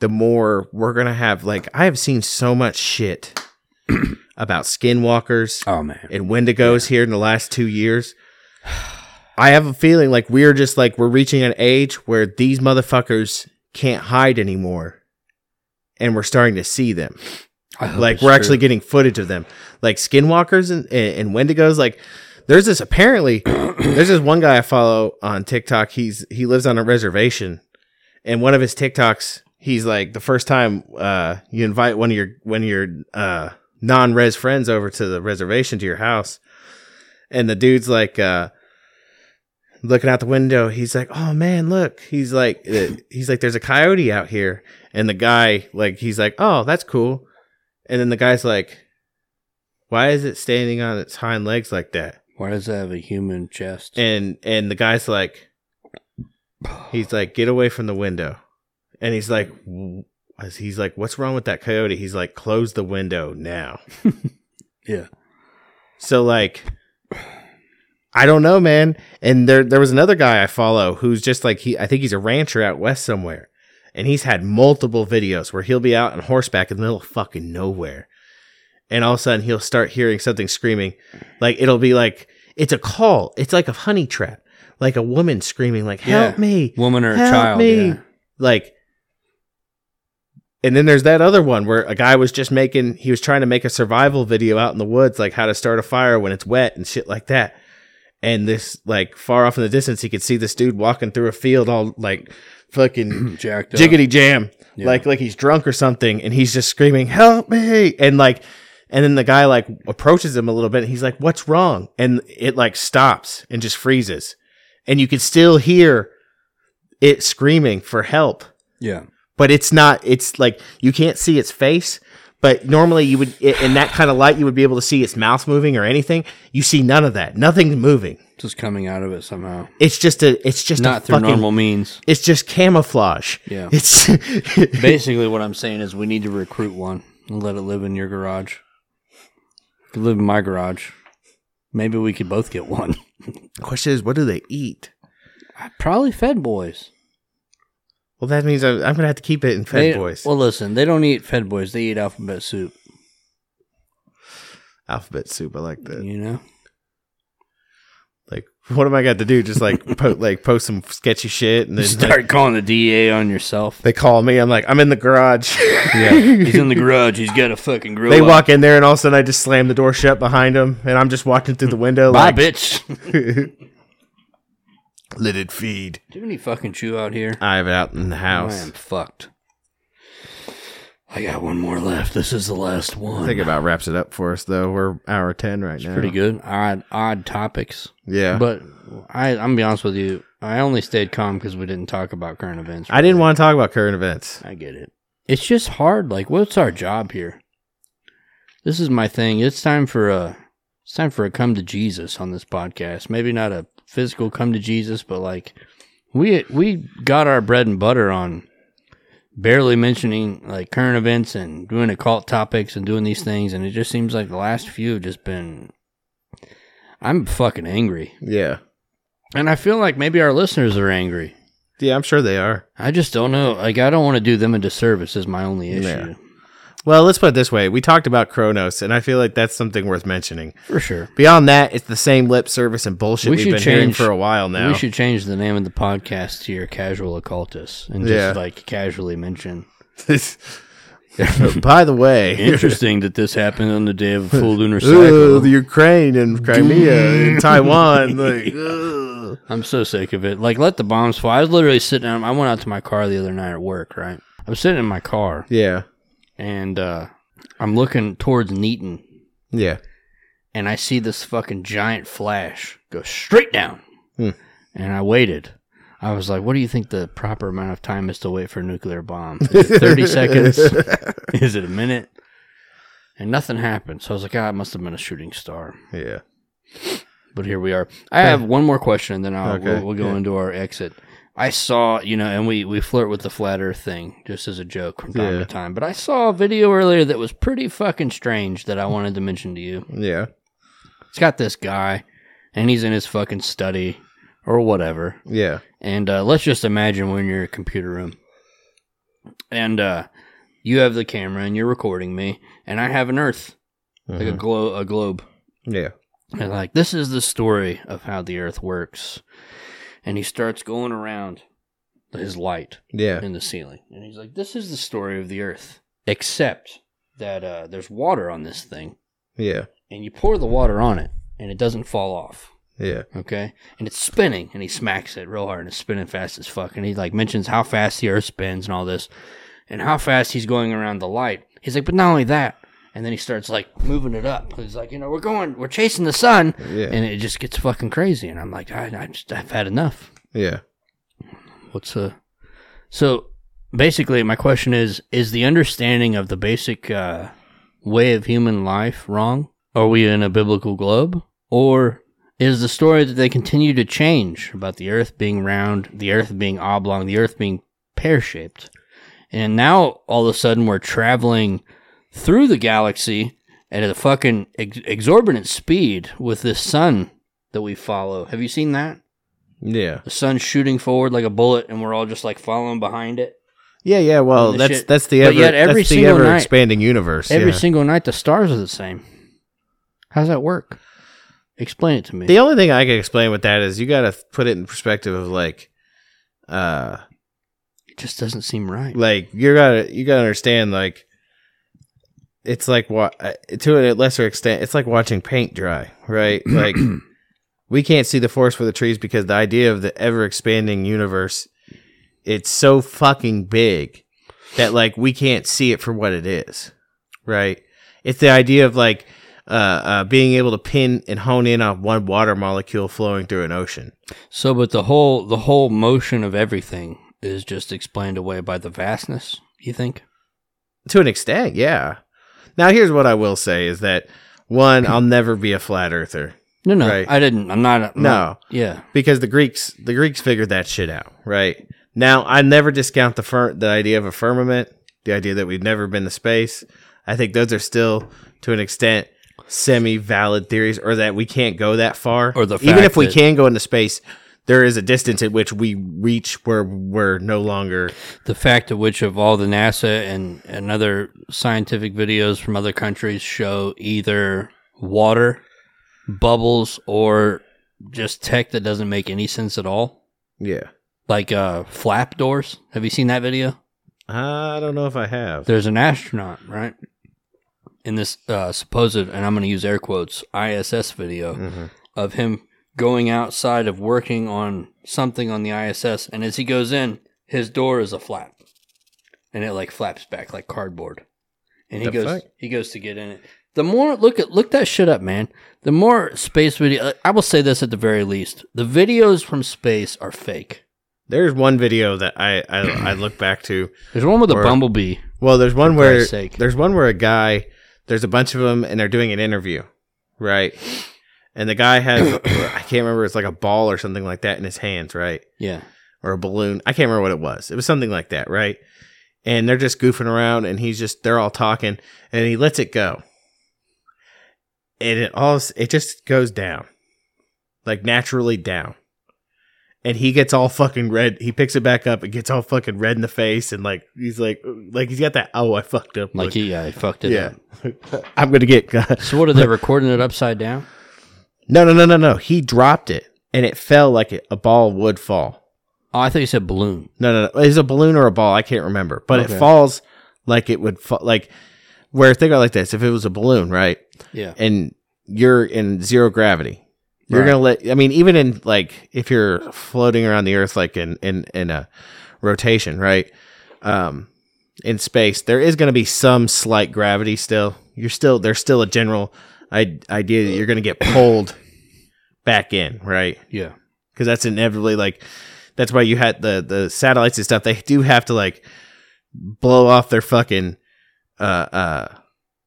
[SPEAKER 3] the more we're gonna have. Like I have seen so much shit about skinwalkers
[SPEAKER 2] Oh man.
[SPEAKER 3] and Wendigos here in the last two years. I have a feeling like we're just like we're reaching an age where these motherfuckers can't hide anymore, and we're starting to see them.
[SPEAKER 2] I hope
[SPEAKER 3] Like
[SPEAKER 2] it's
[SPEAKER 3] we're actually
[SPEAKER 2] true.
[SPEAKER 3] getting footage of them, like skinwalkers and, and, and wendigos. Like there's this apparently there's this one guy I follow on TikTok. He's he lives on a reservation, and one of his TikToks, he's like the first time uh, you invite one of your one of your uh, non-res friends over to the reservation to your house, and the dude's like. Uh, looking out the window he's like oh man look he's like uh, he's like there's a coyote out here and the guy like he's like oh that's cool and then the guy's like, "Why is it standing on its hind legs like that?"
[SPEAKER 2] Why does it have a human chest?
[SPEAKER 3] And and the guy's like, he's like, "Get away from the window." And he's like, w- as he's like, "What's wrong with that coyote?" He's like, "Close the window now."
[SPEAKER 2] Yeah.
[SPEAKER 3] So like I don't know, man. And there there was another guy I follow who's just like he I think he's a rancher out west somewhere. And he's had multiple videos where he'll be out on horseback in the middle of fucking nowhere. And all of a sudden he'll start hearing something screaming. Like it'll be like it's a call. It's like a honey trap. Like a woman screaming like help
[SPEAKER 2] Yeah.
[SPEAKER 3] me.
[SPEAKER 2] Woman or a
[SPEAKER 3] Help
[SPEAKER 2] child?
[SPEAKER 3] me.
[SPEAKER 2] Yeah.
[SPEAKER 3] Like and then there's that other one where a guy was just making he was trying to make a survival video out in the woods like how to start a fire when it's wet and shit like that. And this like far off in the distance he could see this dude walking through a field all like fucking
[SPEAKER 2] Jacked up.
[SPEAKER 3] jiggity jam.
[SPEAKER 2] Yeah.
[SPEAKER 3] Like like he's drunk or something and he's just screaming, "Help me!" And like and then the guy like approaches him a little bit and he's like, "What's wrong?" And it like stops and just freezes. And you can still hear it screaming for help
[SPEAKER 2] Yeah.
[SPEAKER 3] but it's not it's like you can't see its face but normally you would i- in that kind of light you would be able to see its mouth moving or anything you see none of that nothing's moving
[SPEAKER 2] Just coming out of it somehow.
[SPEAKER 3] it's just a it's just
[SPEAKER 2] Not
[SPEAKER 3] a
[SPEAKER 2] through
[SPEAKER 3] fucking,
[SPEAKER 2] normal means.
[SPEAKER 3] it's just camouflage
[SPEAKER 2] Yeah.
[SPEAKER 3] it's
[SPEAKER 2] Basically, what I'm saying is we need to recruit one and let it live in your garage. It could live in my garage. Maybe we could both get one.
[SPEAKER 3] question is what do they eat
[SPEAKER 2] Probably Fed boys.
[SPEAKER 3] well that means i'm, I'm gonna have to keep it in fed
[SPEAKER 2] They-
[SPEAKER 3] boys
[SPEAKER 2] Well, listen, they don't eat Fed boys. They eat alphabet soup.
[SPEAKER 3] alphabet soup i like that
[SPEAKER 2] You know,
[SPEAKER 3] like what am i got to do just like po- like post some sketchy shit and
[SPEAKER 2] you
[SPEAKER 3] then
[SPEAKER 2] start
[SPEAKER 3] like,
[SPEAKER 2] calling the DEA on yourself.
[SPEAKER 3] they call me i'm like i'm in the garage
[SPEAKER 2] yeah, he's in the garage. He's got a fucking grill.
[SPEAKER 3] They
[SPEAKER 2] out.
[SPEAKER 3] walk in there, and all of a sudden, I just slam the door shut behind them, and I'm just walking through the window.
[SPEAKER 2] Bye,
[SPEAKER 3] like,
[SPEAKER 2] bitch.
[SPEAKER 3] Let it feed.
[SPEAKER 2] Do any fucking chew out here?
[SPEAKER 3] I have it out in the
[SPEAKER 2] I
[SPEAKER 3] house.
[SPEAKER 2] am fucked. I got one more left. This is the last one.
[SPEAKER 3] I think about wraps it up for us, though. We're hour ten right now.
[SPEAKER 2] Pretty good. Odd, odd topics.
[SPEAKER 3] Yeah, but
[SPEAKER 2] But I, I'm gonna be honest with you. I only stayed calm because we didn't talk about current events.
[SPEAKER 3] I didn't want to talk about current events.
[SPEAKER 2] I get it. It's just hard. Like, what's our job here? This is my thing. It's time for a. It's time for a come to Jesus on this podcast. Maybe not a physical come to Jesus, but like we we got our bread and butter on barely mentioning like current events and doing occult topics and doing these things, and it just seems like the last few have just been. I'm fucking angry.
[SPEAKER 3] Yeah,
[SPEAKER 2] And I feel like maybe our listeners are angry.
[SPEAKER 3] yeah, I'm sure they are.
[SPEAKER 2] I just don't know. Like, I don't want to do them a disservice, is my only issue.
[SPEAKER 3] Yeah. Well, let's put it this way: we talked about Kronos, and I feel like that's something worth mentioning.
[SPEAKER 2] For sure.
[SPEAKER 3] Beyond that, it's the same lip service and bullshit
[SPEAKER 2] We
[SPEAKER 3] we have
[SPEAKER 2] should
[SPEAKER 3] been hearing
[SPEAKER 2] change-
[SPEAKER 3] for a while now.
[SPEAKER 2] We should change the name of the podcast to your casual occultists and just
[SPEAKER 3] Yeah.
[SPEAKER 2] like casually mention.
[SPEAKER 3] By the way,
[SPEAKER 2] Interesting that this happened on the day of a full lunar
[SPEAKER 3] Ooh,
[SPEAKER 2] cycle.
[SPEAKER 3] Uh, the Ukraine and Crimea and Taiwan, like. ugh.
[SPEAKER 2] I'm so sick of it. Like, let the bombs fly. I was literally sitting. I went out to my car the other night at work. Right. I was sitting in my car
[SPEAKER 3] Yeah.
[SPEAKER 2] and uh, I'm looking towards Neaton,
[SPEAKER 3] Yeah.
[SPEAKER 2] and I see this fucking giant flash go straight down.
[SPEAKER 3] Hmm.
[SPEAKER 2] And I waited. I was like, what do you think the proper amount of time is to wait for a nuclear bomb? Is it 30 seconds? Is it a minute? And nothing happened. So I was like, ah, it must have been a shooting star.
[SPEAKER 3] Yeah.
[SPEAKER 2] But here we are. I have one more question, and then I'll,
[SPEAKER 3] Okay,
[SPEAKER 2] we'll, we'll go
[SPEAKER 3] yeah.
[SPEAKER 2] into our exit. I saw, you know, and we, we flirt with the flat earth thing just as a joke from time
[SPEAKER 3] Yeah.
[SPEAKER 2] to time. But I saw a video earlier that was pretty fucking strange that I wanted to mention to you.
[SPEAKER 3] Yeah.
[SPEAKER 2] It's got this guy, and he's in his fucking study or whatever.
[SPEAKER 3] Yeah.
[SPEAKER 2] And uh, let's just imagine we're in your computer room, and uh, you have the camera and you're recording me, and I have an Earth, like a
[SPEAKER 3] Mhm.
[SPEAKER 2] glow, a globe,
[SPEAKER 3] Mm-hmm. Yeah.
[SPEAKER 2] and like this is the story of how the Earth works, and he starts going around his light
[SPEAKER 3] Yeah.
[SPEAKER 2] in the ceiling, and he's like, "This is the story of the Earth, except that uh, there's water on this thing,
[SPEAKER 3] Yeah.
[SPEAKER 2] and you pour the water on it, and it doesn't fall off."
[SPEAKER 3] Yeah.
[SPEAKER 2] Okay. And it's spinning and he smacks it real hard and it's spinning fast as fuck. And he like mentions how fast the earth spins and all this and how fast he's going around the light. He's like, but not only that. And then he starts like moving it up. He's like, you know, we're going, we're chasing the sun.
[SPEAKER 3] Yeah.
[SPEAKER 2] And it just gets fucking crazy. And I'm like, I, I just, I've had enough.
[SPEAKER 3] Yeah.
[SPEAKER 2] What's uh So basically, my question is is the understanding of the basic uh, way of human life wrong? Are we in a biblical globe? Or is the story that they continue to change about the earth being round, the earth being oblong, the earth being pear shaped? And now all of a sudden we're traveling through the galaxy at a fucking ex- exorbitant speed with this sun that we follow. Have you seen that?
[SPEAKER 3] Yeah.
[SPEAKER 2] the sun's shooting forward like a bullet, and we're all just like following behind it.
[SPEAKER 3] Yeah. Yeah. Well,
[SPEAKER 2] the
[SPEAKER 3] that's
[SPEAKER 2] shit-
[SPEAKER 3] that's the
[SPEAKER 2] But
[SPEAKER 3] ever
[SPEAKER 2] yet every
[SPEAKER 3] that's the
[SPEAKER 2] single night-
[SPEAKER 3] ever expanding universe.
[SPEAKER 2] Every
[SPEAKER 3] yeah.
[SPEAKER 2] single night, the stars are the same. How's that work? Explain it to me.
[SPEAKER 3] the only thing I can explain with that is you got to put it in perspective of like, uh,
[SPEAKER 2] it just doesn't seem right.
[SPEAKER 3] like you gotta you gotta understand like it's like what to a lesser extent it's like watching paint dry right like we can't see the forest for the trees because the idea of the ever expanding universe it's so fucking big that like we can't see it for what it is right it's the idea of like uh, uh, being able to pin and hone in on one water molecule flowing through an ocean
[SPEAKER 2] So, but the whole the whole motion of everything is just explained away by the vastness. You think?
[SPEAKER 3] To an extent, yeah. Now here's what I will say is that one, I'll never be a flat earther.
[SPEAKER 2] No, no,
[SPEAKER 3] Right.
[SPEAKER 2] I didn't. I'm not. I'm
[SPEAKER 3] No.
[SPEAKER 2] not- yeah,
[SPEAKER 3] Because the Greeks the Greeks figured that shit out, right? Now I never discount the fir- the idea of a firmament, the idea that we've never been to space. I think those are still to an extent semi valid theories or that we can't go that far.
[SPEAKER 2] Or the
[SPEAKER 3] even
[SPEAKER 2] fact
[SPEAKER 3] if we
[SPEAKER 2] that-
[SPEAKER 3] can go into space, there is a distance at which we reach where we're no longer
[SPEAKER 2] the fact of which of all the NASA and and other scientific videos from other countries show either water bubbles or just tech that doesn't make any sense at all,
[SPEAKER 3] Yeah.
[SPEAKER 2] like uh, flap doors. Have you seen that video?
[SPEAKER 3] I don't know if I have.
[SPEAKER 2] There's an astronaut right in this uh, supposed, and I'm going to use air quotes, ISS video
[SPEAKER 3] Mhm.
[SPEAKER 2] of him going outside of working on something on the ISS, and as he goes in, his door is a flap, and it like flaps back like cardboard. And he
[SPEAKER 3] The
[SPEAKER 2] goes,
[SPEAKER 3] fuck?
[SPEAKER 2] he goes to get in it. The more look at look that shit up, man. The more space video, I will say this at the very least: the videos from space are fake.
[SPEAKER 3] There's one video that I I, I look back to.
[SPEAKER 2] There's one with a
[SPEAKER 3] Or-
[SPEAKER 2] bumblebee.
[SPEAKER 3] Well, there's one where
[SPEAKER 2] Christ's sake.
[SPEAKER 3] there's one where a guy there's a bunch of them and they're doing an interview, right? And the guy has I can't remember it's like a ball or something like that in his hands, right?
[SPEAKER 2] Yeah,
[SPEAKER 3] Or a balloon. I can't remember what it was. It was something like that, right? And they're just goofing around and he's just they're all talking and he lets it go. And it all it just goes down. Like naturally down. And he gets all fucking red. He picks it back up and gets all fucking red in the face and like he's like like he's got that oh I fucked up.
[SPEAKER 2] like
[SPEAKER 3] look.
[SPEAKER 2] he, yeah, he fucked it
[SPEAKER 3] Yeah.
[SPEAKER 2] up.
[SPEAKER 3] I'm gonna get
[SPEAKER 2] So what are they recording it upside down?
[SPEAKER 3] No no no no no. He dropped it and it fell like a- a ball would fall.
[SPEAKER 2] Oh, I thought you said balloon.
[SPEAKER 3] No no no. It's a balloon or a ball, I can't remember. But
[SPEAKER 2] Okay.
[SPEAKER 3] it falls like it would fall like where think of it like this, if it was a balloon, right?
[SPEAKER 2] Yeah,
[SPEAKER 3] And you're in zero gravity. You're
[SPEAKER 2] Right.
[SPEAKER 3] gonna let I mean, even in like if you're floating around the earth like in in, in a rotation, right? Um in space, there is going to be some slight gravity still. You're still there's still a general I- idea that you're going to get pulled back in, right?
[SPEAKER 2] Yeah.
[SPEAKER 3] Because that's inevitably like that's why you had the the satellites and stuff. They do have to like blow off their fucking uh uh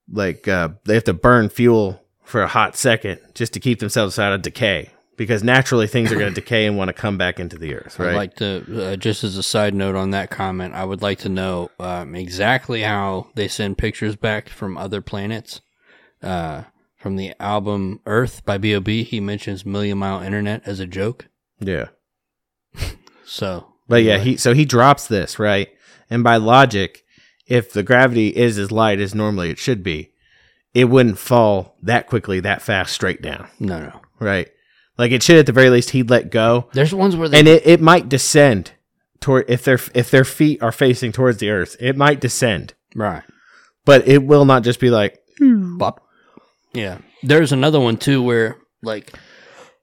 [SPEAKER 3] like uh they have to burn fuel for a hot second just to keep themselves out of decay because naturally things are going to decay and want to come back into the earth, right?
[SPEAKER 2] I'd like to, uh, just as a side note on that comment, I would like to know um, exactly how they send pictures back from other planets. Uh, from the album Earth by B.O.B., he mentions Million Mile Internet as a joke.
[SPEAKER 3] yeah.
[SPEAKER 2] So,
[SPEAKER 3] But yeah, he so he drops this, right? And by logic, if the gravity is as light as normally it should be, it wouldn't fall that quickly, that fast, straight down,
[SPEAKER 2] no, no.
[SPEAKER 3] right? Like it should at the very least he'd let go.
[SPEAKER 2] There's ones where they
[SPEAKER 3] And it, it might descend toward if their if their feet are facing towards the earth, it might descend.
[SPEAKER 2] right.
[SPEAKER 3] But it will not just be like
[SPEAKER 2] Bop. Yeah. There's another one too where like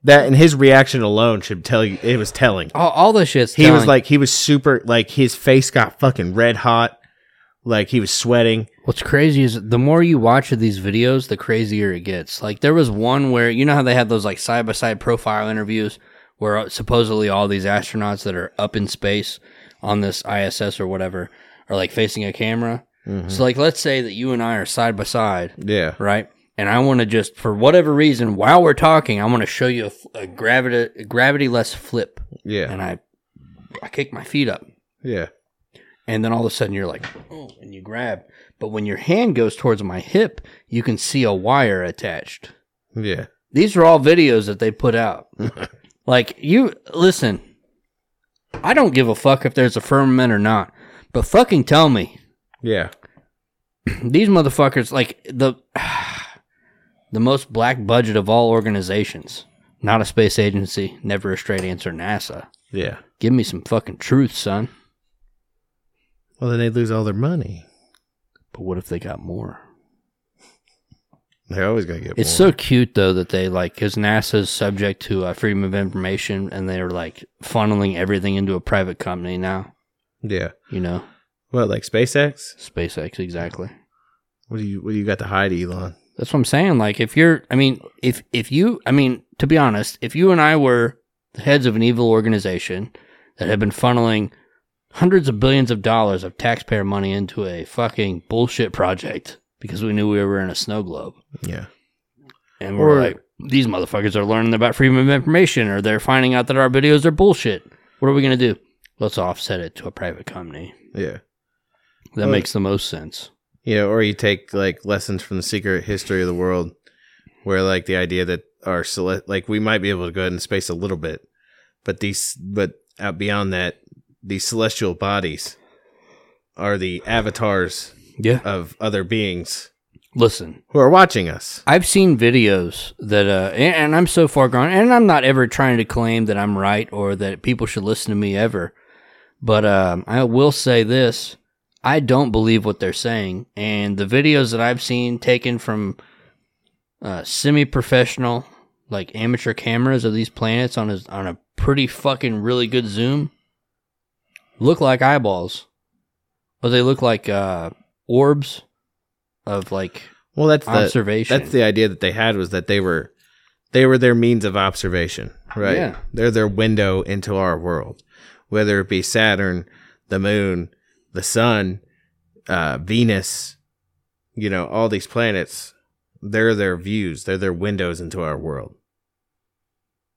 [SPEAKER 3] that and his reaction alone should tell you it was telling.
[SPEAKER 2] all, all the shit's
[SPEAKER 3] He was
[SPEAKER 2] telling-
[SPEAKER 3] like he was super like his face got fucking red hot. Like he was sweating.
[SPEAKER 2] What's crazy is the more you watch of these videos, the crazier it gets. Like there was one where you know how they had those like side by side profile interviews where uh, supposedly all these astronauts that are up in space on this ISS or whatever are like facing a camera.
[SPEAKER 3] Mm-hmm.
[SPEAKER 2] So like let's say that you and I are side by side,
[SPEAKER 3] Yeah.
[SPEAKER 2] right? And I want to just for whatever reason while we're talking, I want to show you a, f- a gravity gravity less flip,
[SPEAKER 3] Yeah.
[SPEAKER 2] and I I kick my feet up
[SPEAKER 3] Yeah.
[SPEAKER 2] and then all of a sudden you're like, oh, and you grab. But when your hand goes towards my hip, you can see a wire attached.
[SPEAKER 3] Yeah.
[SPEAKER 2] These are all videos that they put out. like, you listen, I don't give a fuck if there's a firmament or not, but fucking tell me.
[SPEAKER 3] Yeah.
[SPEAKER 2] These motherfuckers, like, the. The most black budget of all organizations. Not a space agency, never a straight answer, NASA.
[SPEAKER 3] Yeah.
[SPEAKER 2] Give me some fucking truth, son.
[SPEAKER 3] Well, then they lose all their money.
[SPEAKER 2] But what if they got more?
[SPEAKER 3] They're always going to get
[SPEAKER 2] It's so cute though that they like because NASA's subject to uh, freedom of information, and they're like funneling everything into a private company now.
[SPEAKER 3] yeah.
[SPEAKER 2] You know,
[SPEAKER 3] What like SpaceX?
[SPEAKER 2] SpaceX exactly.
[SPEAKER 3] What do you what do you got to hide, Elon?
[SPEAKER 2] That's what I'm saying. Like if you're, I mean, if if you, I mean, to be honest, if you and I were the heads of an evil organization that had been funneling hundreds of billions of dollars of taxpayer money into a fucking bullshit project because we knew we were in a snow globe.
[SPEAKER 3] Yeah.
[SPEAKER 2] And we're
[SPEAKER 3] Or-
[SPEAKER 2] like, these motherfuckers are learning about freedom of information or they're finding out that our videos are bullshit. What are we going to do? Let's offset it to a private company.
[SPEAKER 3] Yeah.
[SPEAKER 2] That
[SPEAKER 3] Well,
[SPEAKER 2] makes the most sense.
[SPEAKER 3] Yeah, or you take like lessons from the secret history of the world where like the idea that our select like we might be able to go ahead and space a little bit, but these but out beyond that, these celestial bodies are the avatars
[SPEAKER 2] Yeah.
[SPEAKER 3] of other beings
[SPEAKER 2] Listen,
[SPEAKER 3] who are watching us.
[SPEAKER 2] I've seen videos that, uh, and, and I'm so far gone, and I'm not ever trying to claim that I'm right or that people should listen to me ever. But um, I will say this I don't believe what they're saying. And the videos that I've seen taken from uh, semi professional, like amateur cameras of these planets on a, on a pretty fucking really good zoom look like eyeballs. Or they look like uh, orbs of like
[SPEAKER 3] Well, that's the
[SPEAKER 2] observation.
[SPEAKER 3] That's the idea that they had was that they were they were their means of observation, right?
[SPEAKER 2] Yeah.
[SPEAKER 3] They're their window into our world, whether it be Saturn, the moon, the sun, uh, Venus, you know, all these planets. They're their views. They're their windows into our world.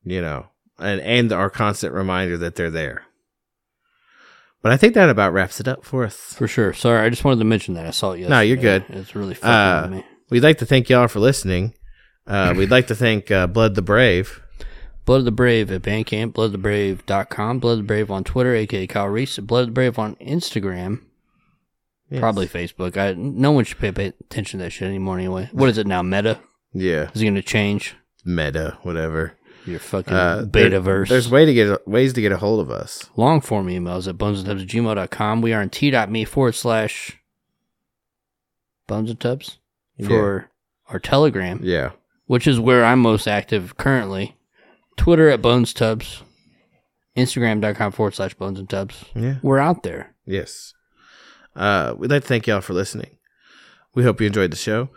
[SPEAKER 3] You know, and and our constant reminder that they're there. But I think that about wraps it up for us.
[SPEAKER 2] For sure. Sorry, I just wanted to mention that. I saw it yesterday.
[SPEAKER 3] No, you're good.
[SPEAKER 2] It's really fucking
[SPEAKER 3] Uh,
[SPEAKER 2] with me.
[SPEAKER 3] We'd like to thank y'all for listening. Uh, we'd like to thank uh, Blood the Brave.
[SPEAKER 2] Blood of the Brave at Bandcamp, bloodofthebrave.com, Blood of the Brave on Twitter, aka Kyle Reese, Blood of the Brave on Instagram,
[SPEAKER 3] Yes.
[SPEAKER 2] probably Facebook. I No one should pay, pay attention to that shit anymore anyway. What is it now? Meta?
[SPEAKER 3] Yeah.
[SPEAKER 2] Is it going to change?
[SPEAKER 3] Meta, whatever.
[SPEAKER 2] Your fucking
[SPEAKER 3] Uh, there-
[SPEAKER 2] betaverse.
[SPEAKER 3] There's way to get ways to get a hold of us.
[SPEAKER 2] Long form emails at bonesandtubs@gmail.com. We are on t.me forward slash bones and tubs
[SPEAKER 3] Yeah.
[SPEAKER 2] for our telegram.
[SPEAKER 3] Yeah.
[SPEAKER 2] which is where I'm most active currently. Twitter at Bones Tubs, Instagram.com forward slash Bones and Tubs.
[SPEAKER 3] Yeah.
[SPEAKER 2] We're out there.
[SPEAKER 3] Yes. Uh, we'd like to thank y'all for listening. We hope you enjoyed the show.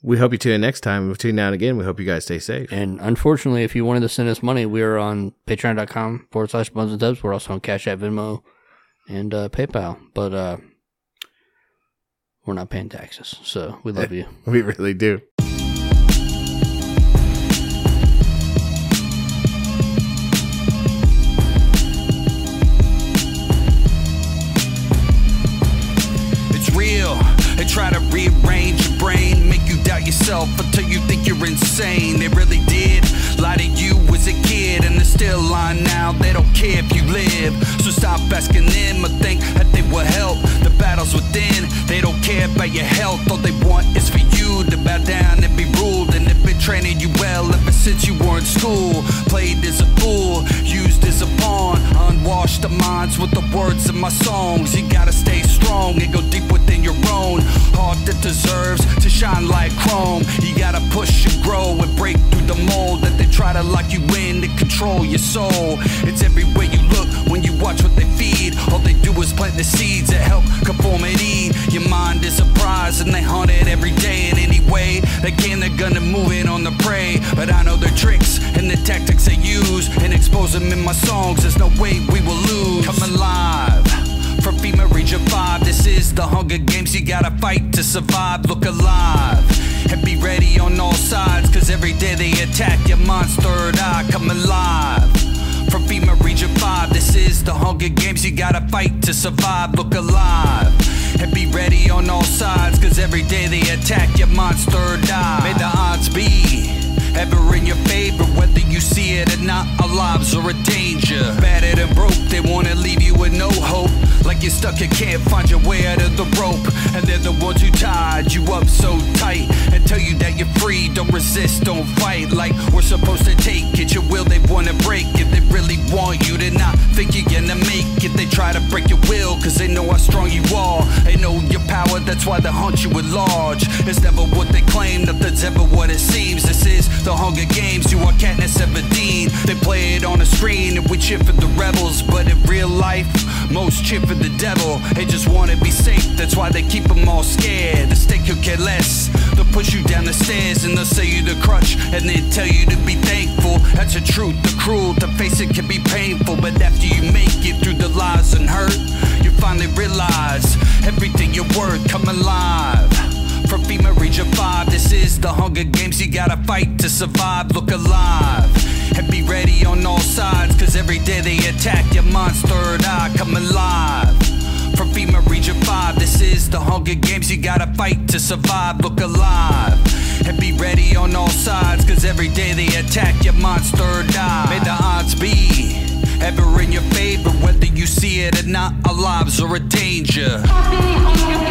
[SPEAKER 3] We hope you tune in next time. Between now and again, we hope you guys stay safe.
[SPEAKER 2] And unfortunately, if you wanted to send us money, we are on patreon.com forward slash buns and dubs. We're also on Cash App, Venmo, and uh, PayPal. But uh, we're not paying taxes. So we love you.
[SPEAKER 3] We really do.
[SPEAKER 1] It's real. They try to rearrange your brain, make you doubt yourself until you think you're insane. They really did lie to you as a kid, and they're still lying now. They don't care if you live. So stop asking them or think that they will help. The battle's within. They don't care about your health. All they want is for you to bow down and be ruled. And they've been training you well ever since you were in school. Played as a fool, used as a pawn. Unwashed the minds with the words of my songs. You gotta stay strong and go deep within your own heart that deserves to shine like chrome. You gotta push and grow and break through the mold that they try to lock you in to control your soul. It's everywhere you look when you watch what they feed. All they do is plant the seeds that help conformity. Your mind is a prize and they hunt it every day in any way they can. They're gonna move it on the prey, but I know their tricks and the tactics they use and expose them in my songs. There's no way we will lose. Come alive. From FEMA Region 5, this is the Hunger Games. You gotta fight to survive, look alive. And be ready on all sides, cause every day they attack your mind's third eye. Come alive. From FEMA Region 5, this is the Hunger Games. You gotta fight to survive, look alive. And be ready on all sides, cause every day they attack your mind's third eye. May the odds be ever in your favor, whether you see it or not. Our lives are a danger. Battered and broke, they wanna leave you with no hope. Like you're stuck, you can't find your way out of the rope. And they're the ones who tied you up so tight and tell you that you're free. Don't resist, don't fight. Like we're supposed to take it. Your will they wanna break if they really want you to not think you're gonna make it. They try to break your will, cause they know how strong you are. They know your power, that's why they hunt you at large. It's never what they claim, nothing's ever what it seems. This is the Hunger Games, you are Katniss Everdeen. They play it on a screen and we cheer for the rebels, but in real life, most cheer for the devil. They just wanna be safe, that's why they keep them all scared. The stake who care less, they'll push you down the stairs and they'll sell you the crutch and then tell you to be thankful. That's the truth, the cruel, to face it can be painful, but after you make it through the lies and hurt, you finally realize everything you're worth come alive. From FEMA Region 5, this is the Hunger Games. You gotta fight to survive, look alive. And be ready on all sides, cause every day they attack your mind's third eye, come alive. From FEMA Region 5, this is the Hunger Games. You gotta fight to survive, look alive. And be ready on all sides, cause every day they attack your mind's third eye. May the odds be ever in your favor, whether you see it or not, our lives are a danger.
[SPEAKER 4] Happy Hunger